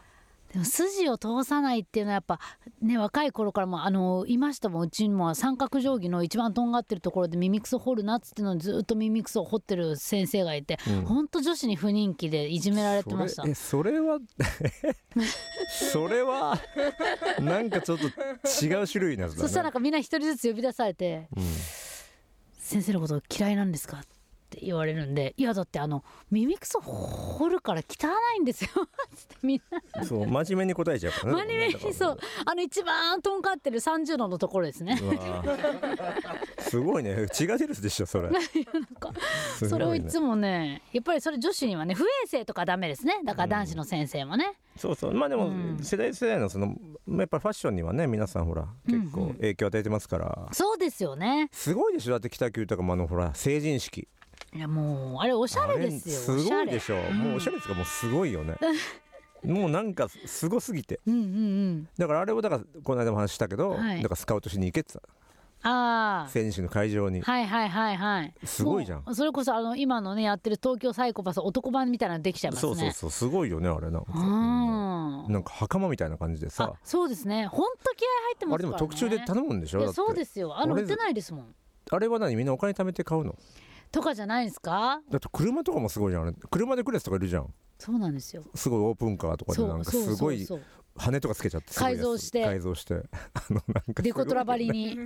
Speaker 2: でも筋を通さないっていうのはやっぱね若い頃からもあのいましたもんうちにも三角定規の一番とんがってるところで耳くそ掘るなっつってのにずっと耳くそを掘ってる先生がいて、ほんと女子に不人気でいじめられてました
Speaker 3: それえそ れはそれはなんかちょっと違う種類のやつだね
Speaker 2: そしたらなんかみんな一人ずつ呼び出されて、
Speaker 3: ん
Speaker 2: 先生のこと嫌いなんですかって言われるんでいやだってあの耳くそ掘るから汚いんですよ つってみんな
Speaker 3: そう真面目に答えちゃうからね
Speaker 2: 真面目にそうあの一番とんがってる30度のところですね
Speaker 3: うわーすごいね血が出るでしょそれすご
Speaker 2: それをい
Speaker 3: ね
Speaker 2: つもねやっぱりそれ女子にはね不衛生とかダメですねだから男子の先生もね、
Speaker 3: そうそうまあでも
Speaker 2: うん
Speaker 3: 世代世代のそのやっぱファッションにはね皆さんほら結構影響与えてますから
Speaker 2: そうですよね
Speaker 3: すごいでしょだって北九とかもあのほら成人式
Speaker 2: いやもうあれおしゃれですよ
Speaker 3: あれすごいで
Speaker 2: おし
Speaker 3: しょもうおしゃれですかもうすごいよね もうなんかすごすぎて
Speaker 2: ゃれうんうん
Speaker 3: だからあれをだからこの間も話したけど、
Speaker 2: はい
Speaker 3: だからスカウトしに行けって言って
Speaker 2: うんあ
Speaker 3: た
Speaker 2: あ
Speaker 3: 成人式の会場に、
Speaker 2: はいはいはいはい
Speaker 3: すごいじゃん
Speaker 2: もうそれこそあの今のねやってる東京サイコパス男版みたいなのできちゃいますね
Speaker 3: そうそうそうすごいよねあれなんか、
Speaker 2: うん
Speaker 3: なんか袴みたいな感じで
Speaker 2: あ
Speaker 3: さ
Speaker 2: そうですねほんと気合入って
Speaker 3: あ
Speaker 2: ますか
Speaker 3: れで
Speaker 2: ら、ね、
Speaker 3: も特注で頼むんでしょ
Speaker 2: い
Speaker 3: だ
Speaker 2: や
Speaker 3: って
Speaker 2: そうですよあの売ってないですもん
Speaker 3: あれは何みんなお金貯めて買うの
Speaker 2: とかじゃないですか
Speaker 3: だって車とかもすごいじゃんあれ車で来るやつとかいるじゃん
Speaker 2: そうなんですよ
Speaker 3: すごいオープンカーとかで
Speaker 2: そう
Speaker 3: なんか
Speaker 2: そう
Speaker 3: す
Speaker 2: そ
Speaker 3: ご
Speaker 2: う
Speaker 3: い
Speaker 2: そう
Speaker 3: 羽とかつけちゃってすごいやつ
Speaker 2: 改造して
Speaker 3: 改造して あのなんか
Speaker 2: デコトラばりに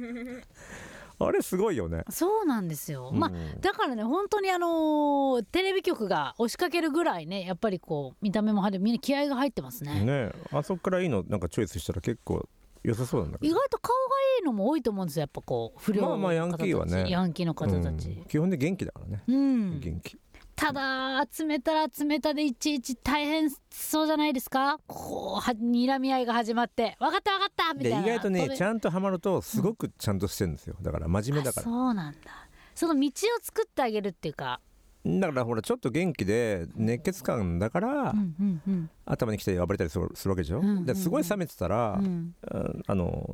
Speaker 3: あれすごいよね
Speaker 2: そうなんですよ、まあ
Speaker 3: うん
Speaker 2: だからね本当にあのーテレビ局が押しかけるぐらいねやっぱりこう見た目も派手みんな気合が入ってますね
Speaker 3: ねえあそこからいいのなんかチョイスしたら結構良さそうなんだけ
Speaker 2: 意
Speaker 3: ど
Speaker 2: 外と顔がいいのも多いと思うんですよやっぱこう不良の方たち
Speaker 3: まあまあヤンキーはね
Speaker 2: ヤンキーの方た
Speaker 3: うん
Speaker 2: ち、
Speaker 3: 基本で元気だからね
Speaker 2: うん
Speaker 3: 元気
Speaker 2: ただ集めたら集めたでいちいち大変そうじゃないですかこうは睨み合いが始まって分かった分かったみた
Speaker 3: で
Speaker 2: いな
Speaker 3: 意外とねち
Speaker 2: ゃ
Speaker 3: ゃんとハマるとすごくちゃんとしてるんですよだから真面目だから
Speaker 2: そうなんだその道を作ってあげるっていうか
Speaker 3: だからほらちょっと元気で熱血感だから、
Speaker 2: うんうんうん
Speaker 3: 頭にきて暴れたりするするわけでしょ、
Speaker 2: うんうんうん
Speaker 3: だからすごい冷めてたら、
Speaker 2: うん
Speaker 3: うんあの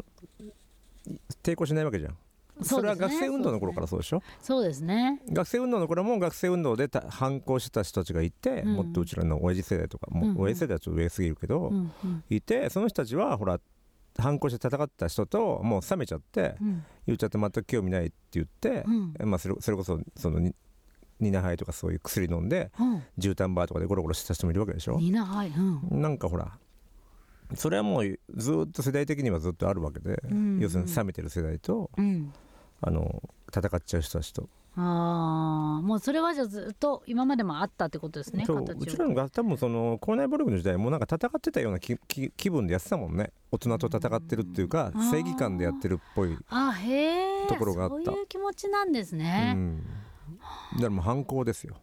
Speaker 3: 抵抗しないわけじゃん
Speaker 2: そ
Speaker 3: そうれ
Speaker 2: で
Speaker 3: は
Speaker 2: すね
Speaker 3: 学生運動の頃からそうでしょ
Speaker 2: そうですね
Speaker 3: 学生運動の頃も学生運動でた反抗してた人たちがいて、
Speaker 2: うん
Speaker 3: もっとうちらの親父世代とかも
Speaker 2: うんうん
Speaker 3: う親父世代はちょっと上すぎるけど、
Speaker 2: うんうん
Speaker 3: いてその人たちはほら反抗して戦ってた人ともう冷めちゃって
Speaker 2: うん
Speaker 3: 言っちゃって全く興味ないって言って、
Speaker 2: うん
Speaker 3: まあ、それそれこそそのニニナハイとかそういう薬飲んで
Speaker 2: うん
Speaker 3: 絨毯バーとかでゴロゴロしてた人もいるわけでしょ
Speaker 2: ニナハイ、うん、
Speaker 3: なんかほらそれはもうずっと世代的にはずっとあるわけで、
Speaker 2: うん
Speaker 3: 要するに冷めてる世代と
Speaker 2: うん、
Speaker 3: あの戦っちゃう人たちと、
Speaker 2: ああ、もうそれはじゃあずっと今までもあったってことですね。
Speaker 3: そう
Speaker 2: 形を
Speaker 3: うちらのが多分その校内暴力の時代もなんか戦ってたような気気気分でやってたもんね大人と戦ってるっていうか、
Speaker 2: うん
Speaker 3: 正義感でやってるっぽい、
Speaker 2: あへえ、
Speaker 3: ところがあった
Speaker 2: そういう気持ちなんです
Speaker 3: う
Speaker 2: ね。
Speaker 3: ん、だからもう反抗ですよ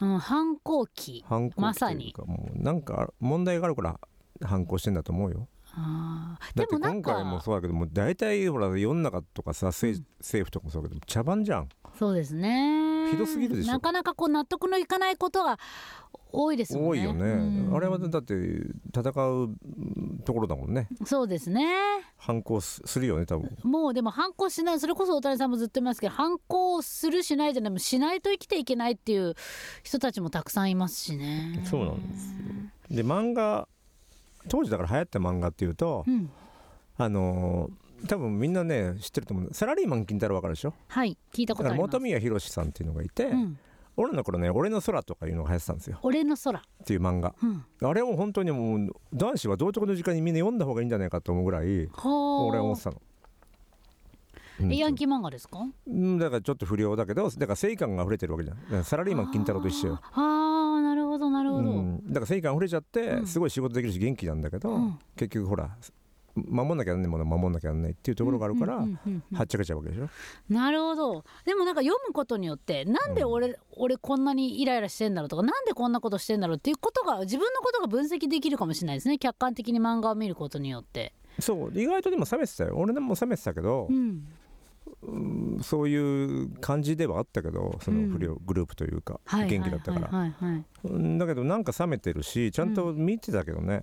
Speaker 2: うん、反抗期。
Speaker 3: 反抗
Speaker 2: ま
Speaker 3: 期と
Speaker 2: さ
Speaker 3: いう
Speaker 2: に
Speaker 3: か、もうなんか問題があるから反抗してんだと思うよ
Speaker 2: あー
Speaker 3: だ
Speaker 2: で
Speaker 3: って
Speaker 2: もなん
Speaker 3: 今
Speaker 2: か
Speaker 3: 回もそうだけどもう大体ほら世の中とかさ政,、政府とかもそうだけど茶番じゃん
Speaker 2: そうですね。ね
Speaker 3: ひどすぎるでしょ
Speaker 2: なかなかこう納得のいかないことが多いですもんね
Speaker 3: 多いよね、
Speaker 2: うん
Speaker 3: あれはだって戦うところだもんね
Speaker 2: そうですね
Speaker 3: 反抗すするよね多分
Speaker 2: もうでも反抗しないそれこそ大谷さんもずっと言いますけど反抗するしないじゃないもうしないと生きていけないっていう人たちもたくさんいますしね
Speaker 3: そうなんですよで漫画当時だから流行った漫画っていうと、
Speaker 2: うん
Speaker 3: あのー多分みんなね知ってると思うサラリーマン金太郎わかるでしょ
Speaker 2: はい聞いた
Speaker 3: だ
Speaker 2: こと
Speaker 3: から
Speaker 2: あります
Speaker 3: 本宮宏さんっていうのがいて、
Speaker 2: うん、
Speaker 3: 俺の頃ね「俺の空」とかいうのが流行ってたんですよ
Speaker 2: 俺の空、
Speaker 3: っていう漫画
Speaker 2: うん、
Speaker 3: あれも本当にもう男子は道徳の時間にみんな読んだ方がいいんじゃないかと思うぐらい
Speaker 2: ほー
Speaker 3: 俺は思ってたの。
Speaker 2: えヤン
Speaker 3: う
Speaker 2: キー漫画ですか
Speaker 3: ん、だからちょっと不良だけどだから正義感が溢れてるわけじゃんだからサラリーマン金太郎と一緒よ、
Speaker 2: あーなるほどなるほ
Speaker 3: う
Speaker 2: ど、
Speaker 3: ん、だから正義感溢れちゃってすごい仕事できるし元気なんだけど、
Speaker 2: うん
Speaker 3: 結局ほら守んなきゃなんないものは守んなきゃなんないっていうところがあるから、
Speaker 2: うんうんうんうん
Speaker 3: はっちゃけちゃうわけでしょ
Speaker 2: なるほどでもなんか読むことによってなんで俺,、俺こんなにイライラしてんだろうとかなんでこんなことしてんだろうっていうことが自分のことが分析できるかもしれないですね客観的に漫画を見ることによって。
Speaker 3: そう意外とでも冷めてたよ俺でも冷めてたけど
Speaker 2: う、ん、
Speaker 3: そういう感じではあったけどその不良グループというか、
Speaker 2: はい
Speaker 3: 元気だったから、
Speaker 2: はいはいはいはい
Speaker 3: うんだけどなんか冷めてるしちゃんと見てたけどね、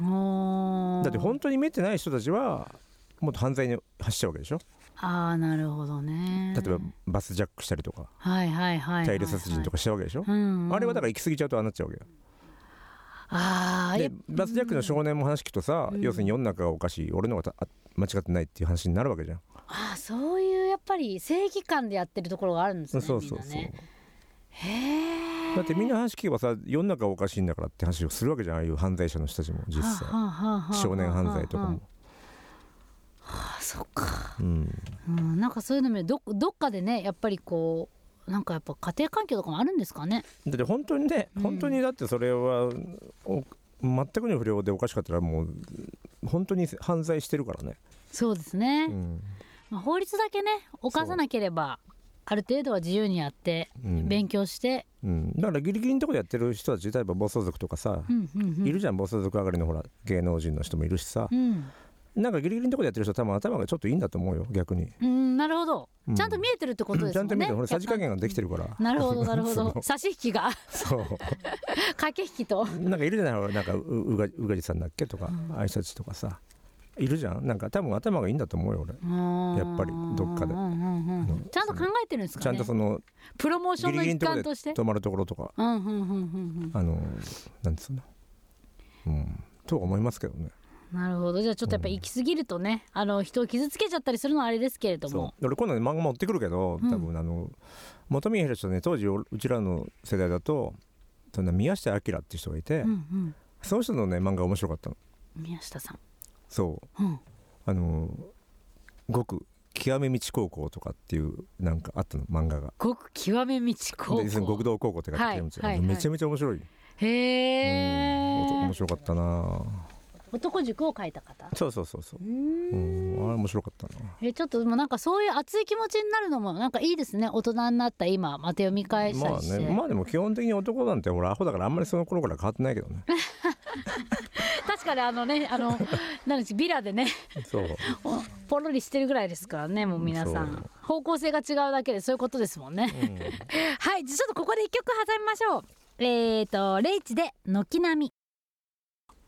Speaker 2: おー
Speaker 3: だって本当に見てない人たちはもっと犯罪に走っちゃうわけでしょ、
Speaker 2: ああなるほどね
Speaker 3: 例えばバスジャックしたりとか
Speaker 2: はいはいはいはいはい
Speaker 3: 大量殺人とかしちゃうわけでしょ、
Speaker 2: うんうん
Speaker 3: あれはだから行き過ぎちゃうとああなっちゃうわけよ
Speaker 2: ああ
Speaker 3: でバスジャックの少年も話聞くとさ、要するに世の中がおかしい俺の方がたあ間違ってないっていう話になるわけじゃん、
Speaker 2: あーそういうやっぱり正義感でやってるところがあるんです
Speaker 3: そう
Speaker 2: ね
Speaker 3: そうそう
Speaker 2: みんなねへえ
Speaker 3: だってみんな話聞けばさ世の中がおかしいんだからって話をするわけじゃんああいう犯罪者の人たちも実際少年犯罪とかも、
Speaker 2: あそっか、
Speaker 3: うん、
Speaker 2: うん、なんかそういうのもどどっかでねやっぱりこうなんかやっぱ家庭環境とかもあるんですかね
Speaker 3: だって本当にね、本当にだってそれはお全くの不良でおかしかったらもう本当に犯罪してるからね、
Speaker 2: そうですね、
Speaker 3: うん
Speaker 2: まあ、法律だけね犯さなければある程度は自由にやって、
Speaker 3: うん
Speaker 2: 勉強して、
Speaker 3: うん、だからギリギリのとこでやってる人たち例えば暴走族とかさ、
Speaker 2: うんうんうん
Speaker 3: いるじゃん暴走族上がりのほら芸能人の人もいるしさ、
Speaker 2: うん
Speaker 3: なんかギリギリのとこでやってる人は多分頭がちょっといいんだと思うよ逆に、
Speaker 2: うん、なるほど、
Speaker 3: うん
Speaker 2: ちゃんと見えてるってことです
Speaker 3: ち
Speaker 2: も
Speaker 3: ゃん
Speaker 2: ん
Speaker 3: と見
Speaker 2: ね
Speaker 3: てほらさじ加減ができてるから
Speaker 2: なるほどなるほ
Speaker 3: そ
Speaker 2: ど
Speaker 3: の
Speaker 2: 差し引きが
Speaker 3: そう
Speaker 2: 駆け引きと
Speaker 3: なんかいるじゃないほらなんかううがうがりさんだっけとか、あいつたちとかさいるじゃんなんか多分頭がいいんだと思うよ俺
Speaker 2: や
Speaker 3: っぱりどっかで
Speaker 2: ちゃんと考えてるんですかね
Speaker 3: ちゃんとその
Speaker 2: プロモーシ
Speaker 3: ギ
Speaker 2: ョン
Speaker 3: リ
Speaker 2: の
Speaker 3: ギリの
Speaker 2: 一
Speaker 3: とこ
Speaker 2: 環
Speaker 3: で
Speaker 2: として
Speaker 3: 止まるところとか
Speaker 2: うんうんうんうん
Speaker 3: あのなんつうのうんとは思いますけどね
Speaker 2: うんなるほどじゃあちょっとやっぱ行き過ぎるとね、あの人を傷つけちゃったりするのはあれですけれども
Speaker 3: そう俺今度ね漫画持ってくるけど多分あの本宮宏とね当時俺うちらの世代だとそんな宮下明っていう人がいて、
Speaker 2: うん
Speaker 3: その人のね漫画面白かったの
Speaker 2: うん宮下さん
Speaker 3: そう
Speaker 2: うん
Speaker 3: あのごく極め道高校とかっていうなんかあったの漫画が
Speaker 2: ごく極め道高
Speaker 3: で
Speaker 2: 校
Speaker 3: 極道高校って書いてあるんですよ
Speaker 2: はいはいはい
Speaker 3: めちゃめちゃ面白い、
Speaker 2: へ
Speaker 3: おと
Speaker 2: え
Speaker 3: 面白かったな
Speaker 2: 男塾を書いた方
Speaker 3: そうそうそうそう
Speaker 2: う、ん
Speaker 3: うん、あれ面白かったな
Speaker 2: えちょっともうなんかそういう熱い気持ちになるのもなんかいいですね大人になった今また読み返した
Speaker 3: ま
Speaker 2: り
Speaker 3: あ
Speaker 2: して、
Speaker 3: ねまあでも基本的に男なんて俺アホだからあんまりその頃から変わってない けどね
Speaker 2: 確かにあのねあの なんですビラで ね
Speaker 3: そう
Speaker 2: おポロリしてるぐらいですからねもう皆さ
Speaker 3: そ
Speaker 2: ん
Speaker 3: う
Speaker 2: 方向性が違うだけでそういうことですもんね、はいじゃあちょっとここで一曲挟みましょうえーと「レイチ」で「軒並み」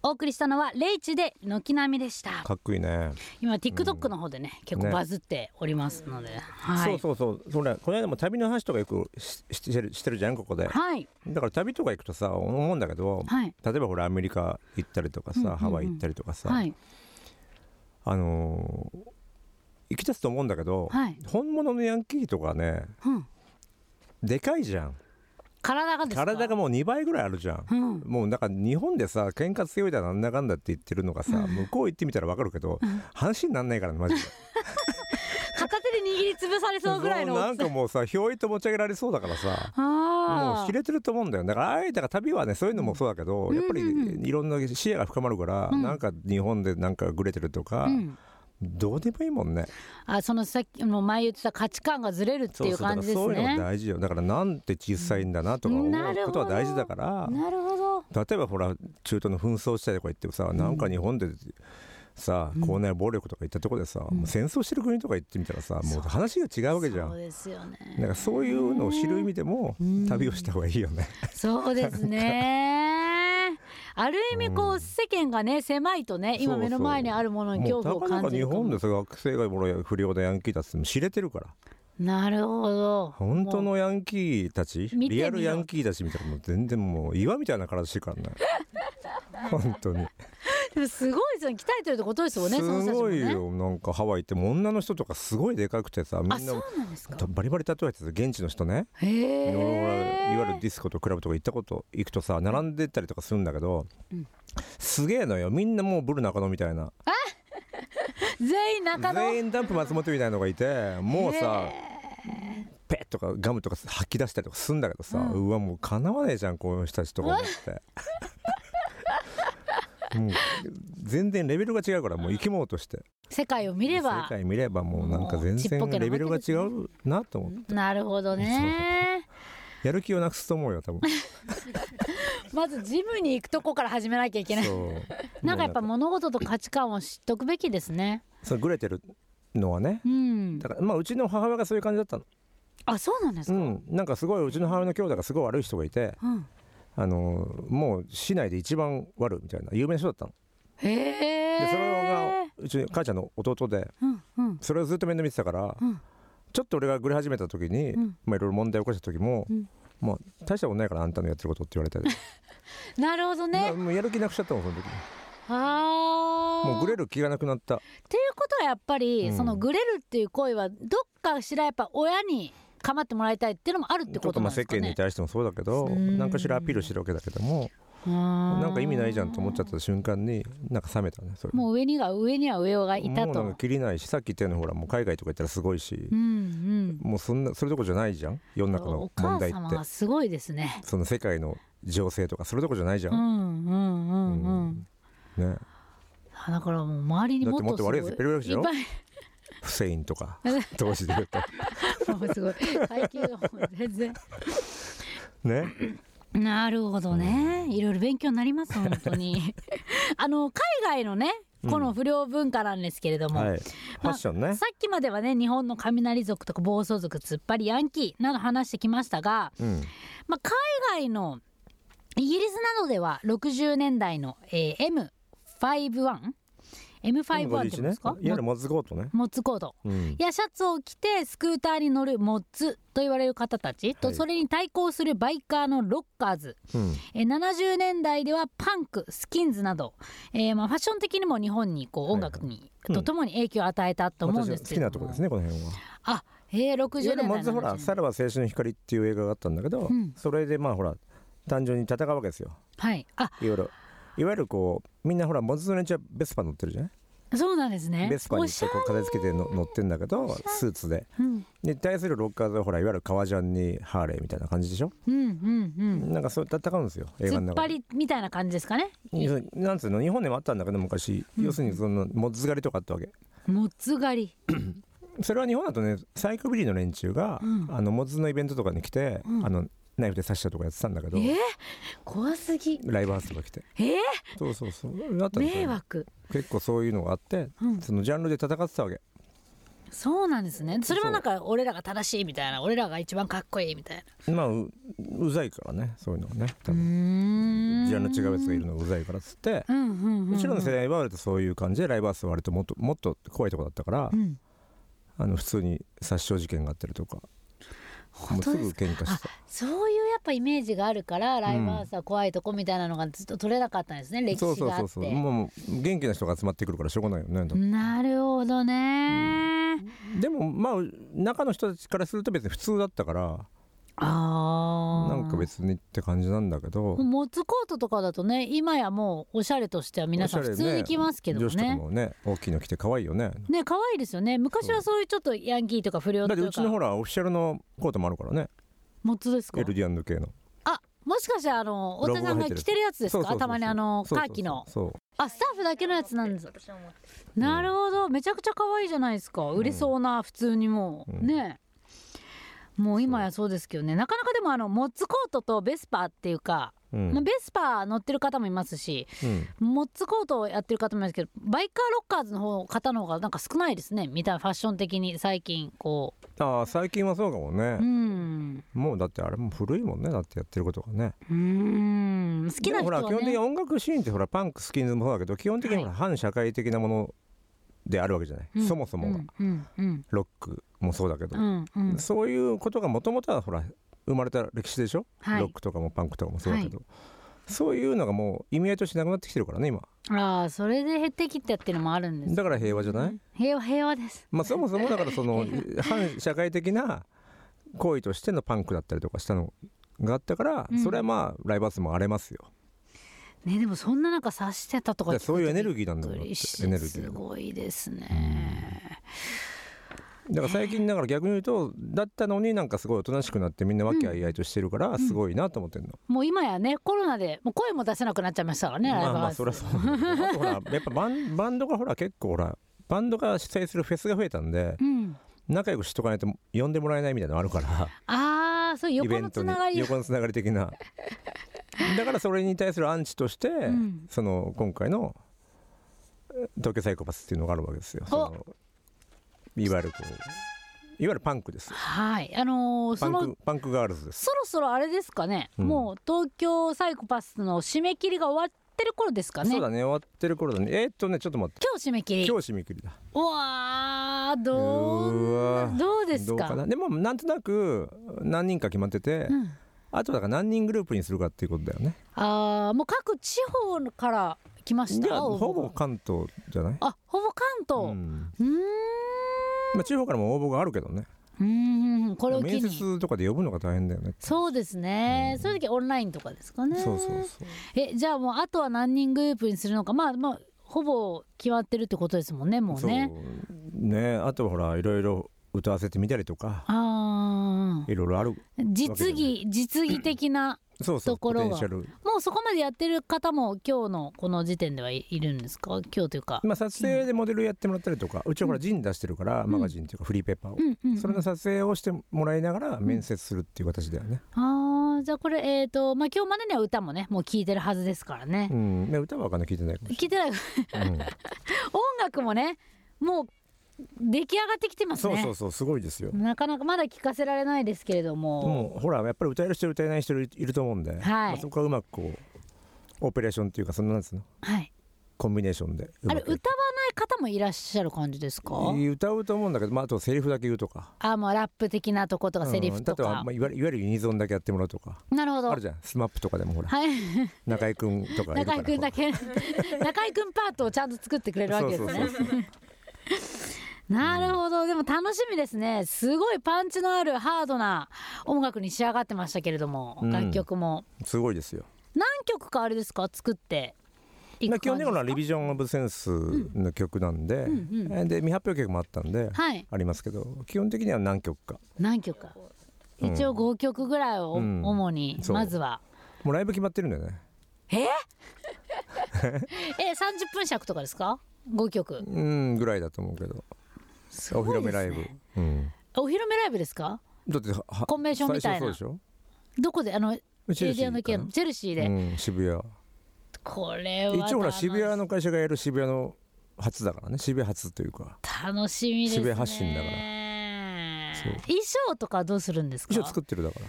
Speaker 2: お送りしたのは「レイチ」で「軒並み」でした
Speaker 3: かっこいいね、
Speaker 2: 今 TikTok の方でね、結構
Speaker 3: ね
Speaker 2: バズっておりますので、はい
Speaker 3: そうそうそうそれこの間も旅の話とかよくししてるしてるじゃんここで
Speaker 2: はい
Speaker 3: だから旅とか行くとさ思うんだけど、
Speaker 2: はい
Speaker 3: 例えばほらアメリカ行ったりとかさ、
Speaker 2: うんうんうん
Speaker 3: ハワイ行ったりとかさ、
Speaker 2: はい
Speaker 3: あのー行き出すと思うんだけど、
Speaker 2: はい
Speaker 3: 本物のヤンキーとかね
Speaker 2: うん
Speaker 3: でかいじゃん
Speaker 2: 体がですか
Speaker 3: 体がもう2倍ぐらいあるじゃん、
Speaker 2: うん
Speaker 3: もうなんか日本でさ喧嘩強いだなんだかんだって言ってるのがさ、向こう行ってみたら分かるけど、話になんないからねマジで
Speaker 2: 片手で握りつぶされ そうぐらいの
Speaker 3: そうな
Speaker 2: 大
Speaker 3: ん
Speaker 2: きさ
Speaker 3: かもうさひょいと持ち上げられそうだからさもう
Speaker 2: あ
Speaker 3: 知れてると思うんだよだからあえてが旅はねそういうのもそうだけど、やっぱりいろんな視野が深まるから、なんか日本でなんかグレてるとか、
Speaker 2: ん
Speaker 3: どうでもいいもんね
Speaker 2: ああそのさっきも前言ってた価値観がずれるっていう感じですね
Speaker 3: そうそうだからそういうのが大事よだからなんて小さいんだなとか思うことは大事だから、
Speaker 2: なるほど
Speaker 3: 例えばほら中東の紛争地帯とか行ってもさなんか日本でさ校内暴力とか言ったところでさ、もう戦争してる国とか行ってみたらさもう話が違うわけじゃ。
Speaker 2: そうんですよね
Speaker 3: なんかそういうのを知る意味でも旅をした方がいいよね。
Speaker 2: そうですね。ある意味こう世間がね狭いと ね今
Speaker 3: そうそう
Speaker 2: 目の前にあるものに
Speaker 3: も
Speaker 2: 恐
Speaker 3: うた
Speaker 2: 怖を
Speaker 3: かな
Speaker 2: 感
Speaker 3: か
Speaker 2: じ
Speaker 3: 日
Speaker 2: るかも
Speaker 3: 本でさ学生がもら不良でヤンキーだって知れてるから
Speaker 2: なるほど
Speaker 3: 本当
Speaker 2: も
Speaker 3: のヤンキーたち
Speaker 2: てみよう
Speaker 3: リアルヤンキーたちみたいなもう全然もう岩みたいな体してるから ね本当に
Speaker 2: うでもすごいですよね鍛えてるってことですよね
Speaker 3: す
Speaker 2: その人たちも
Speaker 3: ごい
Speaker 2: ね
Speaker 3: よなんかハワイってもう女の人とかすごいでかくてさみん
Speaker 2: あ
Speaker 3: な
Speaker 2: そうなんですか
Speaker 3: バリバリタトゥーやってて現地の人ね
Speaker 2: へえ
Speaker 3: いろいろいわゆるディスコとクラブとか行ったこと行くとさ並んでったりとかするんだけど、すげえのよみんなもうブル中野みたいな
Speaker 2: 全員中野
Speaker 3: 全員ダンプ松本みたいなのがいてもうさ
Speaker 2: へ
Speaker 3: ペッとかガムとか吐き出したりとかすんだけどさ、うわもうかなわねえじゃんこういう人たちとか思って。 もう全然レベルが違うからもう生き物として
Speaker 2: 世界を見れば
Speaker 3: 世界見ればもうなんか全
Speaker 2: ちっぽ
Speaker 3: 然
Speaker 2: けな
Speaker 3: レベルが違うなと思う
Speaker 2: なるほどね
Speaker 3: やる気をなくすと思うよ多 分
Speaker 2: まずジムに行くとこから始めなきゃいけない
Speaker 3: そ う
Speaker 2: なんかやっぱ
Speaker 3: もう
Speaker 2: 物事と価値観を知っとくべきですね
Speaker 3: そうグレてるのはね
Speaker 2: うん
Speaker 3: だからまあうちの母親がそういう感じだったの
Speaker 2: あそうなんです
Speaker 3: う
Speaker 2: か
Speaker 3: んなんかすごいうちの母親の兄弟がすごい悪い人がいて
Speaker 2: うん
Speaker 3: あのもう市内で一番悪いみたいな有名な人だったの
Speaker 2: へえ
Speaker 3: でそれがうちの母ちゃんの弟で
Speaker 2: うんうん
Speaker 3: それをずっと面倒見てたから、
Speaker 2: うん
Speaker 3: ちょっと俺がグレ始めた時に、
Speaker 2: ん
Speaker 3: まあいろいろ問題起こした時も、
Speaker 2: うん
Speaker 3: まあ大したことないからあんたのやってることって言われて、
Speaker 2: なるほどね
Speaker 3: まあもうやる気なくしちゃったもんその時
Speaker 2: あー
Speaker 3: もうグレる気がなくなった
Speaker 2: っていうことはやっぱり、
Speaker 3: うん
Speaker 2: そのグレるっていう行為はどっかしらやっぱ親に構ってもらいたいっていうのもあるって
Speaker 3: ちょ
Speaker 2: こ
Speaker 3: っと
Speaker 2: と
Speaker 3: ま
Speaker 2: な
Speaker 3: あ
Speaker 2: んです
Speaker 3: 世
Speaker 2: か
Speaker 3: 間に
Speaker 2: ね。
Speaker 3: 対してもそうだけど
Speaker 2: ん
Speaker 3: 何かしらアピールしてるわけだけども
Speaker 2: な
Speaker 3: なんか意味ないじゃんと思っちゃった瞬間になんか冷めたねそれ
Speaker 2: もう上には上には上がいた
Speaker 3: もう
Speaker 2: と。
Speaker 3: なんか切りないしさっき言ったようにほらもう海外とか行ったらすごいし、
Speaker 2: うん
Speaker 3: もうそんなそれどころじゃないじゃん世の
Speaker 2: うん。
Speaker 3: 中
Speaker 2: お
Speaker 3: の
Speaker 2: 母
Speaker 3: 問題って
Speaker 2: 様がすごいですね。
Speaker 3: その世界の情勢とかそれどころじゃないじゃ、
Speaker 2: うんんうんうんうん。
Speaker 3: ね
Speaker 2: あだからもう周りにもっとすご
Speaker 3: だってもっと悪いやついっぱいいる
Speaker 2: い
Speaker 3: わ
Speaker 2: っ
Speaker 3: フセイン とか当時で言うと
Speaker 2: ぱい もうすごい階級がもう全然。
Speaker 3: ね
Speaker 2: なるほどね、いろいろ勉強になります本当 にあの海外のねこの不良文化なんですけれども、
Speaker 3: はいファッションね、
Speaker 2: さっきまではね日本の雷族とか暴走族突っ張りヤンキーなど話してきましたが、
Speaker 3: うん
Speaker 2: まあ、海外のイギリスなどでは60年代の、えー、M51M51 M51 って言うんですか、
Speaker 3: いわゆるモズコートね、
Speaker 2: モッツコード
Speaker 3: うん、
Speaker 2: やシャツを着てスクーターに乗るモッツと言われる方たちと、
Speaker 3: はい
Speaker 2: それに対抗するバイカーのロッカーズ
Speaker 3: うん
Speaker 2: えー70年代ではパンクスキンズなど、えーまあファッション的にも日本にこう音楽に、
Speaker 3: うん
Speaker 2: とともに影響を与えたと思うん
Speaker 3: 私
Speaker 2: で
Speaker 3: の
Speaker 2: す
Speaker 3: 好
Speaker 2: け
Speaker 3: き
Speaker 2: れども
Speaker 3: なとこですねこの辺は
Speaker 2: あえー、60
Speaker 3: いわゆ
Speaker 2: 年
Speaker 3: る
Speaker 2: 代
Speaker 3: モズほら「
Speaker 2: 70
Speaker 3: さらば青春の光」っていう映画があったんだけど、
Speaker 2: うん
Speaker 3: それでまあほら単純に戦うわけですよ
Speaker 2: はいあ
Speaker 3: いろいろいわゆるこうみんなほらモズの連中はベスパ乗ってるじゃない
Speaker 2: そうなんですね
Speaker 3: ベスパに
Speaker 2: お
Speaker 3: っ
Speaker 2: してゃ
Speaker 3: こう片付けての乗ってんだけどスーツで
Speaker 2: うん
Speaker 3: で対するロッカーズはほらいわゆる革ジャンにハーレーみたいな感じでしょ、
Speaker 2: うんうん
Speaker 3: なんかそう戦うんですよ
Speaker 2: うん
Speaker 3: 映画
Speaker 2: 突
Speaker 3: の
Speaker 2: っ張
Speaker 3: 中で
Speaker 2: りみたいな感じですかね
Speaker 3: 要するになんつうの日本でもあったんだけど昔、要するにそのモズ狩りとかあったわけ
Speaker 2: モッツ狩り
Speaker 3: それは日本だとねサイクビリーの連中が、あのモズのイベントとかに来て、あのナイフで刺したとかやってたんだけど
Speaker 2: えー、怖すぎ
Speaker 3: ライブハウスとか来て
Speaker 2: えー、
Speaker 3: そうそうそうあったんです
Speaker 2: 迷
Speaker 3: よ
Speaker 2: 惑
Speaker 3: 結構そういうのがあって、
Speaker 2: うん
Speaker 3: そのジャンルで戦ってたわけ
Speaker 2: そうなんですねそれもなんか俺らが正しいみたいな俺らが一番かっこいいみたいな
Speaker 3: まあううざいからねそういうのがね多
Speaker 2: う
Speaker 3: 分
Speaker 2: ーん
Speaker 3: ジャンル違うやつがいるのがうざいからっつって
Speaker 2: う、んうんうん
Speaker 3: うちらの世代は割とそういう感じでライブハウスは割ともっともっと怖いとこだったから、
Speaker 2: うん
Speaker 3: あの普通に殺傷事件があったりとか
Speaker 2: 本当
Speaker 3: もうす
Speaker 2: で
Speaker 3: ぐ
Speaker 2: すか
Speaker 3: 喧嘩してた
Speaker 2: そういうやっぱイメージがあるからライブハウスは怖いとこみたいなのがずっと取れなかったんですね、歴
Speaker 3: そう
Speaker 2: 史
Speaker 3: そう
Speaker 2: があ
Speaker 3: そ
Speaker 2: っ
Speaker 3: うそう
Speaker 2: て
Speaker 3: もうもう元気な人が集まってくるからしょうがないよね
Speaker 2: なるほどね、
Speaker 3: でもまあ中の人たちからすると別に普通だったから
Speaker 2: ああ
Speaker 3: なんか別にって感じなんだけど
Speaker 2: モッツコートとかだとね今やもうおしゃれとしては皆さん
Speaker 3: おしゃ
Speaker 2: 普
Speaker 3: れ
Speaker 2: 通に着ますけど
Speaker 3: 女子とか
Speaker 2: ね
Speaker 3: もね大きいの着て可愛いよね
Speaker 2: ね可愛いですよね昔はそういうちょっとヤンキーとか不良
Speaker 3: だ
Speaker 2: と
Speaker 3: ってうちのほ
Speaker 2: から
Speaker 3: オフィシャルのコートもあるからね
Speaker 2: モッツですか
Speaker 3: LD&K の
Speaker 2: あもしかしてあの太田さんが着てるやつです
Speaker 3: そうそうそ
Speaker 2: か
Speaker 3: う
Speaker 2: たまにあの
Speaker 3: そ
Speaker 2: カ
Speaker 3: うそ
Speaker 2: ー
Speaker 3: う
Speaker 2: キの
Speaker 3: そう
Speaker 2: あスタッフだけのやつなんですなるほどめちゃくちゃ可愛いじゃないですか売れそうな普通にもう、
Speaker 3: うん
Speaker 2: ねもう今やそうですけどねなかなかでもあのモッツコートとベスパーっていうか
Speaker 3: うん
Speaker 2: まあベスパー乗ってる方もいますし
Speaker 3: うん
Speaker 2: モッツコートをやってる方もいますけどバイカーロッカーズの方方の方がなんか少ないですね見たファッション的に最近こ
Speaker 3: ああ最近はそうかも
Speaker 2: うう
Speaker 3: ね、
Speaker 2: ん
Speaker 3: もうだってあれも古いもんねだってやってることがね
Speaker 2: うん好きな人
Speaker 3: でもほら基
Speaker 2: は
Speaker 3: 本的に
Speaker 2: ね
Speaker 3: 音楽シーンってほらパンクスキンズもそうだけど基本的にほら反社会的なものであるわけじゃない、
Speaker 2: うん
Speaker 3: そもそもが、
Speaker 2: うんうん
Speaker 3: ロックもそうだけど
Speaker 2: う、んうんうん
Speaker 3: そういうことがもともとはほら生まれた歴史でしょ、
Speaker 2: はい
Speaker 3: ロックとかもパンクとかもそうだけど、そういうのがもう意味合いとしてなくなってきてるからね今
Speaker 2: ああそれで減ってきたっていうのもあるんです
Speaker 3: だから平和じゃない、
Speaker 2: 平和平和です
Speaker 3: まあ、そもそもだから その反社会的な行為としてのパンクだったりとかしたのがあったから、
Speaker 2: うん
Speaker 3: それはまあライバースも荒れますよ
Speaker 2: ねでもそんな中察してたと
Speaker 3: だか
Speaker 2: から
Speaker 3: そういうエネル
Speaker 2: ギ
Speaker 3: ギーなんだもんだってエネルギ
Speaker 2: す
Speaker 3: ーが
Speaker 2: ごいですね
Speaker 3: だから最近だから逆に言うとだったのになんかすごいおとなしくなってみんな和気あいあいとしてるからすごいなと思ってんの、
Speaker 2: もう今やねコロナでもう声も出せなくなっちゃいましたからね
Speaker 3: ま
Speaker 2: ライ
Speaker 3: あ
Speaker 2: ブ
Speaker 3: ま
Speaker 2: ハ
Speaker 3: あ
Speaker 2: ウス
Speaker 3: そりゃそうなんだけどあとほらやっぱバンバンドがほら結構ほらバンドが主催するフェスが増えたんで
Speaker 2: うん
Speaker 3: 仲良くしとかないと呼んでもらえないみたいなのあるから
Speaker 2: ああそう
Speaker 3: イベ
Speaker 2: 横の
Speaker 3: ン
Speaker 2: つ
Speaker 3: トに
Speaker 2: ながりが
Speaker 3: 横のつながり的なだからそれに対するアンチとして、
Speaker 2: ん
Speaker 3: その今回のえ東京サイコパスっていうのがあるわけですよ
Speaker 2: お
Speaker 3: そのいわゆるこういわゆるパンクですよ
Speaker 2: はいあのー
Speaker 3: パ
Speaker 2: そ
Speaker 3: ン
Speaker 2: の
Speaker 3: クパンクガールズです
Speaker 2: そろそろあれですかね、
Speaker 3: うん
Speaker 2: もう東京サイコパスの締め切りが終わってる頃ですかね
Speaker 3: そうだね終わってる頃だねえーっとねちょっと待って
Speaker 2: 今日締め切り
Speaker 3: 今日締め切りだ
Speaker 2: うわーど
Speaker 3: うわ
Speaker 2: う
Speaker 3: ー
Speaker 2: どうです
Speaker 3: どう
Speaker 2: か
Speaker 3: かなでもなんとなく何人か決まってて、
Speaker 2: うん、
Speaker 3: あとだから何人グループにするかっていうことだよね
Speaker 2: あーもう各地方から来まし
Speaker 3: じ
Speaker 2: た
Speaker 3: ゃあほぼ
Speaker 2: 応募が
Speaker 3: 関東じゃない
Speaker 2: あほぼ
Speaker 3: う
Speaker 2: 関東
Speaker 3: ん
Speaker 2: うーん
Speaker 3: まあ、地方からも応募があるけどね
Speaker 2: うーんこれを機
Speaker 3: 面
Speaker 2: に
Speaker 3: 接とかで呼ぶのが大変だよね
Speaker 2: そうですね、そういう時オンラインとかですかね
Speaker 3: そうそうそう
Speaker 2: えじゃあもうあとは何人グループにするのかまあまあほぼ決まってるってことですもんねもう
Speaker 3: そう
Speaker 2: ね
Speaker 3: ねあとほらいろいろ歌わせてみたりとか
Speaker 2: ああ
Speaker 3: いろいろある
Speaker 2: 実技実技的 な
Speaker 3: そうそう
Speaker 2: ところが
Speaker 3: ポテンシャル
Speaker 2: もうそこまでやってる方も今日のこの時点ではいいるんですか今日というか、
Speaker 3: まあ撮影でモデルやってもらったりとかうちはほらジン出してるから、マガジンっていうかフリーペーパーを、
Speaker 2: うんうんうん
Speaker 3: それの撮影をしてもらいながら面接するっていう形だよね、
Speaker 2: ああじゃあこれえっ、とまあ今日までには歌もねもう聴いてるはずですからね
Speaker 3: う、んね歌はわかんない聞いてないかもし
Speaker 2: 聞いてない 音
Speaker 3: れない、うん
Speaker 2: 楽もねもう出来上がってきてます
Speaker 3: そ
Speaker 2: ね
Speaker 3: うそうそうすごいですよ、
Speaker 2: なかなかまだ聞かせられないですけれども、
Speaker 3: もうほらやっぱり歌える人歌えない人いるいると思うんで、まあそこはうまくこうオペレーションっていうかそのなんつうの
Speaker 2: はい
Speaker 3: コンビネーションでう
Speaker 2: あ
Speaker 3: ま
Speaker 2: れ
Speaker 3: く
Speaker 2: 歌わない方もいらっしゃる感じですか
Speaker 3: 歌うと思うんだけど、まあ、あとセリフだけ言うとか
Speaker 2: あもうラップ的なとことかセリフと
Speaker 3: うんあ
Speaker 2: か
Speaker 3: は、まあ、いわゆるいわゆるユニゾンだけやってもらうとか
Speaker 2: なるほど
Speaker 3: あるじゃんスマップとかでもほら
Speaker 2: はい
Speaker 3: 中居君とかいる
Speaker 2: 中
Speaker 3: から
Speaker 2: 居君だけ中居君パートをちゃんと作ってくれるわけですね
Speaker 3: そうそうそう
Speaker 2: なるほどでも楽しみですねすごいパンチのあるハードな音楽に仕上がってましたけれども、
Speaker 3: うん
Speaker 2: 楽曲も
Speaker 3: すごいですよ
Speaker 2: 何曲かあれですか作ってい
Speaker 3: まあ
Speaker 2: く
Speaker 3: 基本
Speaker 2: 感じです
Speaker 3: 的には
Speaker 2: か
Speaker 3: リビジョン・オブ・センスの曲なんで、
Speaker 2: うん
Speaker 3: えーで未発表曲もあったんで、
Speaker 2: はい
Speaker 3: ありますけど基本的には何曲か
Speaker 2: 何曲か一応5曲ぐらいを
Speaker 3: うん
Speaker 2: 主に、
Speaker 3: そう
Speaker 2: まずは
Speaker 3: もうライブ決まってるんだよね
Speaker 2: え30分尺とかですか5曲
Speaker 3: うんぐらいだと思うけど、
Speaker 2: す
Speaker 3: お披
Speaker 2: ご
Speaker 3: 露
Speaker 2: いで
Speaker 3: 目ラ
Speaker 2: す
Speaker 3: イブ
Speaker 2: ね、
Speaker 3: うん、
Speaker 2: お披露目ライブですか
Speaker 3: だっては
Speaker 2: コンベンションみたいな
Speaker 3: 最初そう
Speaker 2: どこであのエ
Speaker 3: でしょ
Speaker 2: イデアの意見チェルシー
Speaker 3: で、
Speaker 2: で、
Speaker 3: うん、渋谷
Speaker 2: これは
Speaker 3: 一応ほら
Speaker 2: 楽し
Speaker 3: 渋谷の会社がやる渋谷の初だからね渋谷初というか
Speaker 2: 楽しみですね
Speaker 3: 渋谷発信だからそう
Speaker 2: 衣装とかどうするんですか
Speaker 3: 一応作ってるだから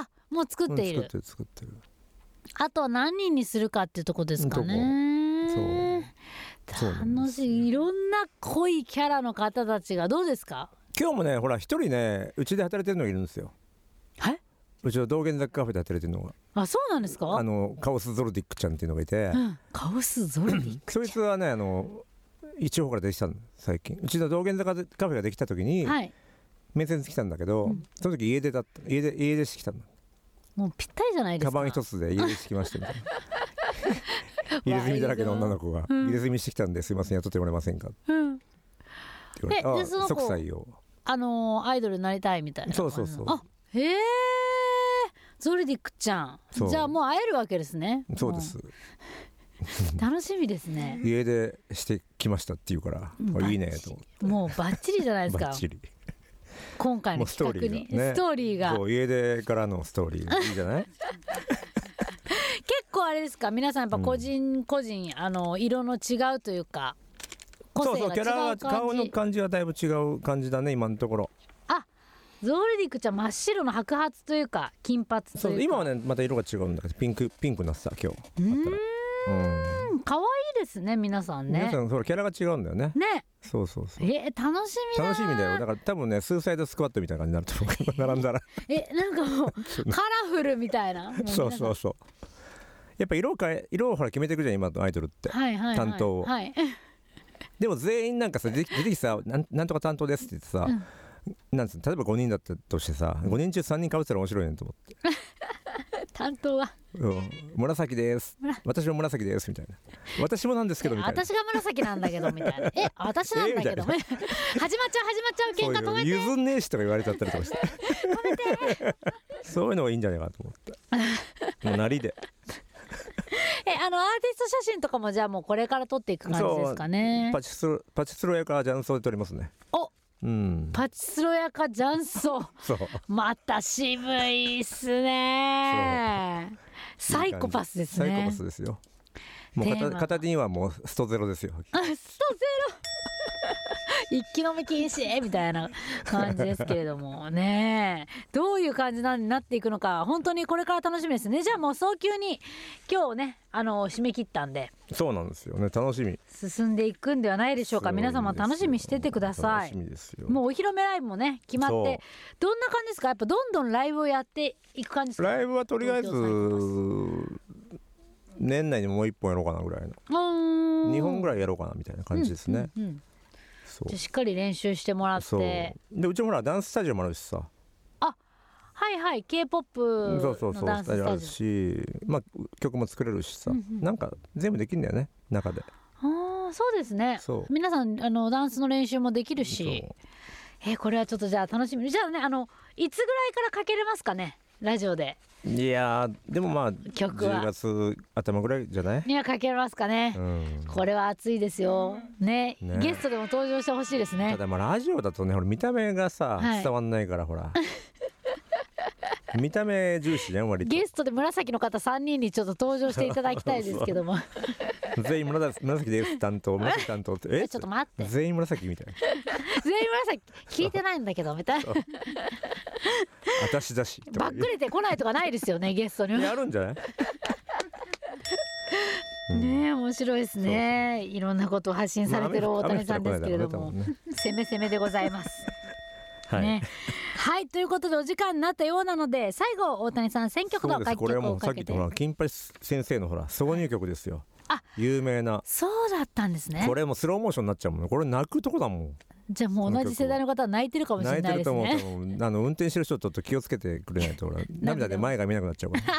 Speaker 2: あもう作っている、
Speaker 3: うん、作ってる作ってる
Speaker 2: あとは何人にするかっていうとこですか
Speaker 3: とこ
Speaker 2: ね
Speaker 3: そうそうなん
Speaker 2: 楽しいいろんな濃いキャラの方たちがどうですか
Speaker 3: 今日もねほら一人ねうちで働いてるのがいるんですよ
Speaker 2: はいう
Speaker 3: ちの道玄坂カフェで働いてるのが
Speaker 2: あそうなんですか
Speaker 3: あのカオスゾルディックちゃんっていうのがいて、
Speaker 2: うん、カオスゾルディック
Speaker 3: そいつはねあの一応ほからできたの最近うちの道玄坂カフェができた時に
Speaker 2: はい
Speaker 3: 面接来たんだけど、その時家出だった家出家出してきたの
Speaker 2: もうぴったりじゃないです
Speaker 3: カ
Speaker 2: か
Speaker 3: バン一つで家出してきましたみ たいな入れ墨だらけの女の子が「入れ墨してきたんですいません雇ってもらえませんか」って
Speaker 2: うん、
Speaker 3: 言われて
Speaker 2: えで
Speaker 3: あ
Speaker 2: その子
Speaker 3: 即採用
Speaker 2: あのーアイドルになりたいみたいな
Speaker 3: そうそうそう
Speaker 2: あへえゾルディックちゃん
Speaker 3: そう
Speaker 2: じゃあもう会えるわけですね
Speaker 3: そうです
Speaker 2: うん楽しみですね
Speaker 3: 家出してきましたって言うからあいいねと思って。
Speaker 2: もうバッチリじゃないです
Speaker 3: バ
Speaker 2: か
Speaker 3: ッチリ
Speaker 2: 今回
Speaker 3: も
Speaker 2: の
Speaker 3: うストー
Speaker 2: 企画
Speaker 3: リ
Speaker 2: に
Speaker 3: ーがね
Speaker 2: ストーリーが
Speaker 3: そう家出からのストーリーいいじゃない
Speaker 2: 結あれですか皆さんやっぱ個人個人、あの色の違うというか個
Speaker 3: そう
Speaker 2: 性
Speaker 3: そう
Speaker 2: が違
Speaker 3: キ
Speaker 2: う
Speaker 3: ャラ
Speaker 2: 感じ
Speaker 3: は顔の感じはだいぶ違う感じだね今のところ
Speaker 2: あゾールディックちゃん真っ白の白髪というか金髪というか
Speaker 3: そう今はねまた色が違うんだけどピンクピンクになってた今
Speaker 2: う
Speaker 3: 日
Speaker 2: ー
Speaker 3: あ
Speaker 2: ん
Speaker 3: ったらうん
Speaker 2: 可愛いですね皆さん
Speaker 3: 皆
Speaker 2: ね
Speaker 3: さんそれキャラが違うんだよね
Speaker 2: ね
Speaker 3: そうそうそう
Speaker 2: えー楽しみだ
Speaker 3: 楽しみだよだから多分ねスーサイドスクワットみたいな感じ になると思う並んだら
Speaker 2: えなんかもうカラフルみたいなもう皆さん
Speaker 3: そうそうそうやっぱ色を変え色をほら決めていくじゃん今のアイドルって
Speaker 2: はいはいはい
Speaker 3: 担当を
Speaker 2: はい
Speaker 3: でも全員なんかさ出て出てきてさなんなんとか担当ですって言ってさ、なんつうの例えば5人だったとしてさ5人中3人かぶってたら面白いねと思
Speaker 2: 担当が
Speaker 3: って、うん、紫です私も紫ですみたいな私もなんですけどみたいな
Speaker 2: 私が紫なんだけどみたいな え私なんだけど 始まっちゃう始まっちゃう喧
Speaker 3: そう
Speaker 2: 嘩止め
Speaker 3: いう
Speaker 2: て
Speaker 3: 譲んねえしとか言われちゃったりとかして そういうのがいいんじゃないかなと思ってもうなりで
Speaker 2: えあのアーティスト写真とかもじゃあもうこれから撮っていく感じですかね
Speaker 3: パチスロパチスロやから雀荘で撮りますね
Speaker 2: お
Speaker 3: うん
Speaker 2: パチスロやか雀荘
Speaker 3: そう
Speaker 2: また渋いっすねサイコパスですね
Speaker 3: いい感じサイコパスですよもう
Speaker 2: テー
Speaker 3: 片
Speaker 2: マが
Speaker 3: 片手にはもうストゼロですよ
Speaker 2: あストゼロ一気飲み禁止みたいな感じですけれどもねどういう感じになっていくのか本当にこれから楽しみですねじゃあもう早急に今日ねあの締め切ったんで
Speaker 3: そうなんですよね楽しみ
Speaker 2: 進んでいくんではないでしょうか
Speaker 3: すごいんで
Speaker 2: 皆
Speaker 3: すよ
Speaker 2: 様楽しみにしててください
Speaker 3: 楽しみですよ
Speaker 2: もうお披露目ライブもね決まっ
Speaker 3: そう
Speaker 2: てどんな感じですかやっぱどんどんライブをやっていく感じですか
Speaker 3: ライブはとりあえず年内にもう一本やろうかなぐらいの
Speaker 2: 日
Speaker 3: 2本ぐ
Speaker 2: らい
Speaker 3: らいやろうかなみたいな感じですね、
Speaker 2: うんうん
Speaker 3: そ
Speaker 2: じゃあしっかり練習してもら
Speaker 3: う
Speaker 2: っ
Speaker 3: そう
Speaker 2: て
Speaker 3: でうちもほらダンススタジオもあるしさ
Speaker 2: はいはい K-POP
Speaker 3: そうそうそ
Speaker 2: のダ
Speaker 3: うス
Speaker 2: ンス
Speaker 3: タジ
Speaker 2: ス
Speaker 3: オあ
Speaker 2: タ
Speaker 3: る
Speaker 2: ジ
Speaker 3: し、まあ、曲も作れるしさ、
Speaker 2: うんうん
Speaker 3: なんか全部できるんだよね中で
Speaker 2: オああそうですね
Speaker 3: そう
Speaker 2: 皆さんあのダンスの練習もできるし
Speaker 3: そう
Speaker 2: えーこれはちょっとじゃあ楽しみじゃあねあのいつぐらいからかけれますかねラジオで
Speaker 3: いやーでもまあ
Speaker 2: 曲は
Speaker 3: 10月頭ぐらいじゃない、
Speaker 2: にはかけれますかね
Speaker 3: うん、
Speaker 2: これは熱いですよね
Speaker 3: ね
Speaker 2: ゲストでも登場してほしいですね
Speaker 3: ただまあラジオだとねほら見た目がさ、
Speaker 2: はい
Speaker 3: 伝わんないからほら 見た目重視ね割と
Speaker 2: ゲストで紫の方3人にちょっと登場していただきたいですけども
Speaker 3: 全員紫紫です担当紫担当って え
Speaker 2: ちょっと待って
Speaker 3: 全員紫みたいな
Speaker 2: 全員紫聞いてないんだけどみたいな
Speaker 3: 私だしと
Speaker 2: ば
Speaker 3: か
Speaker 2: っくれてこないとかないですよ ねゲストに
Speaker 3: やるんじゃない
Speaker 2: ねえ面白いですねいろんなことを発信されてる
Speaker 3: まあ
Speaker 2: 大
Speaker 3: 雨
Speaker 2: 谷さんですけれど
Speaker 3: 雨降
Speaker 2: も
Speaker 3: ったら来ないだろうね
Speaker 2: 攻め攻めでございます
Speaker 3: はい、
Speaker 2: ねはいということでお時間になったようなので最後大谷さん選曲
Speaker 3: そう
Speaker 2: の
Speaker 3: です
Speaker 2: 楽
Speaker 3: これは
Speaker 2: 曲
Speaker 3: も
Speaker 2: を
Speaker 3: うさ
Speaker 2: か
Speaker 3: っ
Speaker 2: け
Speaker 3: き
Speaker 2: て
Speaker 3: のほら金八先生のほら挿入曲ですよ
Speaker 2: あ
Speaker 3: 有名な
Speaker 2: そうだったんですね
Speaker 3: これもうスローモーションになっちゃうもんねこれ泣くとこだもん
Speaker 2: じゃあもう同じ世代の方は泣いてるかもし
Speaker 3: 泣
Speaker 2: れ
Speaker 3: いて
Speaker 2: ないで
Speaker 3: ると
Speaker 2: す
Speaker 3: 思う
Speaker 2: ね
Speaker 3: 多分あの運転してる人ちょっと気をつけてくれないとほら涙で前が見なくなっちゃうから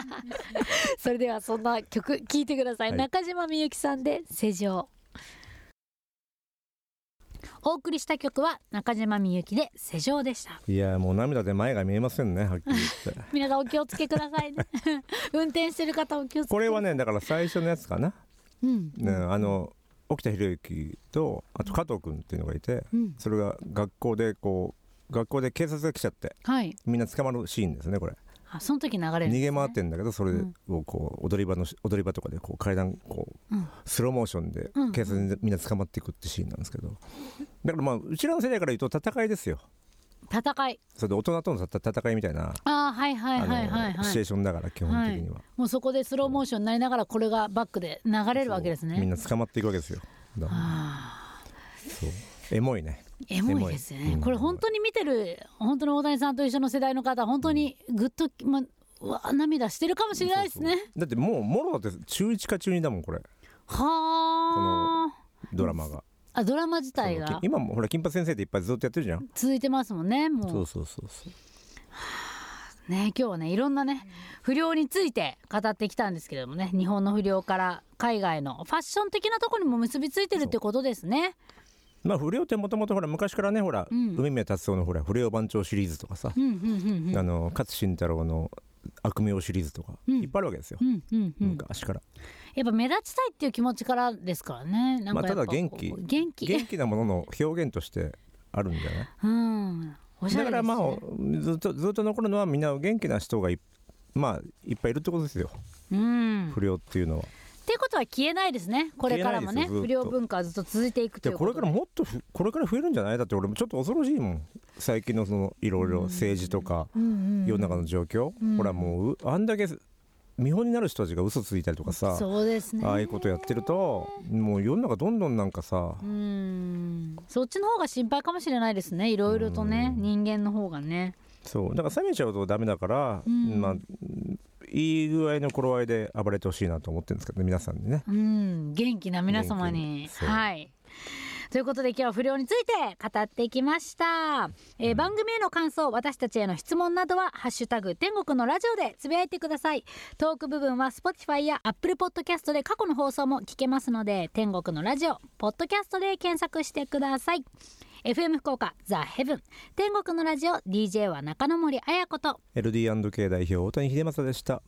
Speaker 2: それではそんな曲聴いてください、
Speaker 3: はい
Speaker 2: 中島みゆきさんで「世情」お送りした曲は中島みゆきで「世情」でした
Speaker 3: いやもう涙で前が見えませんねはっきり言って
Speaker 2: 皆さんお気をつけくださいね運転してる方お気をつけ
Speaker 3: これはねだから最初のやつかな、
Speaker 2: うん
Speaker 3: ねあの沖田博之とあと加藤君っていうのがいて
Speaker 2: うん
Speaker 3: それが学校でこう学校で警察が来ちゃって
Speaker 2: はい
Speaker 3: みんな捕まるシーンですねこれ
Speaker 2: あその時流れるんですね
Speaker 3: 逃げ回ってんだけどそれ
Speaker 2: うん
Speaker 3: をこう踊り場のし踊り場とかでこう階段こう
Speaker 2: うん
Speaker 3: スローモーションで
Speaker 2: うん
Speaker 3: 警察にみんな捕まっていくってシーンなんですけどだからまあうちらの世代から言うと戦いですよ
Speaker 2: 戦い
Speaker 3: それで大人との戦戦いみたいな
Speaker 2: あーはいはい
Speaker 3: あ
Speaker 2: はいはい
Speaker 3: のシ
Speaker 2: は
Speaker 3: チュエー
Speaker 2: い
Speaker 3: ションだから基本的には
Speaker 2: もうそこでスローモーションになりながらこれがバックで流れるわけです
Speaker 3: そうみん
Speaker 2: ね
Speaker 3: な捕まっていくわけですよだから
Speaker 2: あ
Speaker 3: そうエモいね
Speaker 2: ーエモいですよ
Speaker 3: エモ
Speaker 2: ね
Speaker 3: い
Speaker 2: これ本当に見てる本当に大谷さんと一緒の世代の方本当にぐっときまうわ涙してるかもしれないですね
Speaker 3: だってもうもろだって中1か中2だもんこれ
Speaker 2: はあ
Speaker 3: ドラマが
Speaker 2: あドラマ自体
Speaker 3: そう
Speaker 2: が
Speaker 3: 今もほら金八先生っていっぱいずっとやってるじゃん
Speaker 2: 続いてますもんねもう
Speaker 3: そうそうそうそう
Speaker 2: ね今日はねいろんなね不良について語ってきたんですけれどもね日本の不良から海外のファッション的なところにも結びついてるってことですね。
Speaker 3: まあ不良ってもともとほら昔からねほら、
Speaker 2: うん
Speaker 3: 海宮達夫のほら不良番長シリーズとかさ、
Speaker 2: うんうんうん
Speaker 3: あの勝慎太郎の悪名シリーズとか、
Speaker 2: うん
Speaker 3: いっぱいあるわけですよ、
Speaker 2: うんうんうん、
Speaker 3: 昔から、
Speaker 2: やっぱ目立ちたいっていう気持ちからですからねなん
Speaker 3: まあ
Speaker 2: かや
Speaker 3: た
Speaker 2: っぱこう
Speaker 3: だ元気
Speaker 2: 元気
Speaker 3: 元気なものの表現としてあるんじゃない
Speaker 2: うんおしゃれです、ね、
Speaker 3: だからまあずっとずっと残るのはみんな元気な人がいまあいっぱいいるってことですよ
Speaker 2: うん
Speaker 3: 不良っていうのは。
Speaker 2: っていうことは消えないですねこれからもね
Speaker 3: 消えない
Speaker 2: 不
Speaker 3: です
Speaker 2: 良
Speaker 3: よずっと
Speaker 2: 文化はずっと続いていくと
Speaker 3: で
Speaker 2: いうこ
Speaker 3: これ
Speaker 2: と
Speaker 3: からもっとふこれから増えるんじゃないだって俺もちょっと恐ろしいもん最近のそのいろいろ政治とか
Speaker 2: うんうん
Speaker 3: 世の中の状況、
Speaker 2: うん
Speaker 3: ほらもううあんだけ見本になる人たちが嘘ついたりとかさ、
Speaker 2: そうですね
Speaker 3: ああいうことやってるともう世の中どんどんなんかさ
Speaker 2: う、んそっちの方が心配かもしれないですねいろいろとね
Speaker 3: うん
Speaker 2: 人間の方がね
Speaker 3: そうだから冷めちゃうとダメだから、
Speaker 2: うん
Speaker 3: まあいい具合の頃合いで暴れてほしいなと思ってるんですけどね皆さんにね。
Speaker 2: うん元気な皆様に
Speaker 3: 元気にそう
Speaker 2: はいということで今日は不良について語ってきました、えー番組への感想私たちへの質問などは「ハッシュタグ天国のラジオ」でつぶやいてくださいトーク部分は Spotify や Apple Podcast で過去の放送も聞けますので天国のラジオポッドキャストで検索してください FM 福岡ザ・ヘブン天国のラジオ DJ は中野森彩子と
Speaker 3: LD&K 代表大谷秀正でした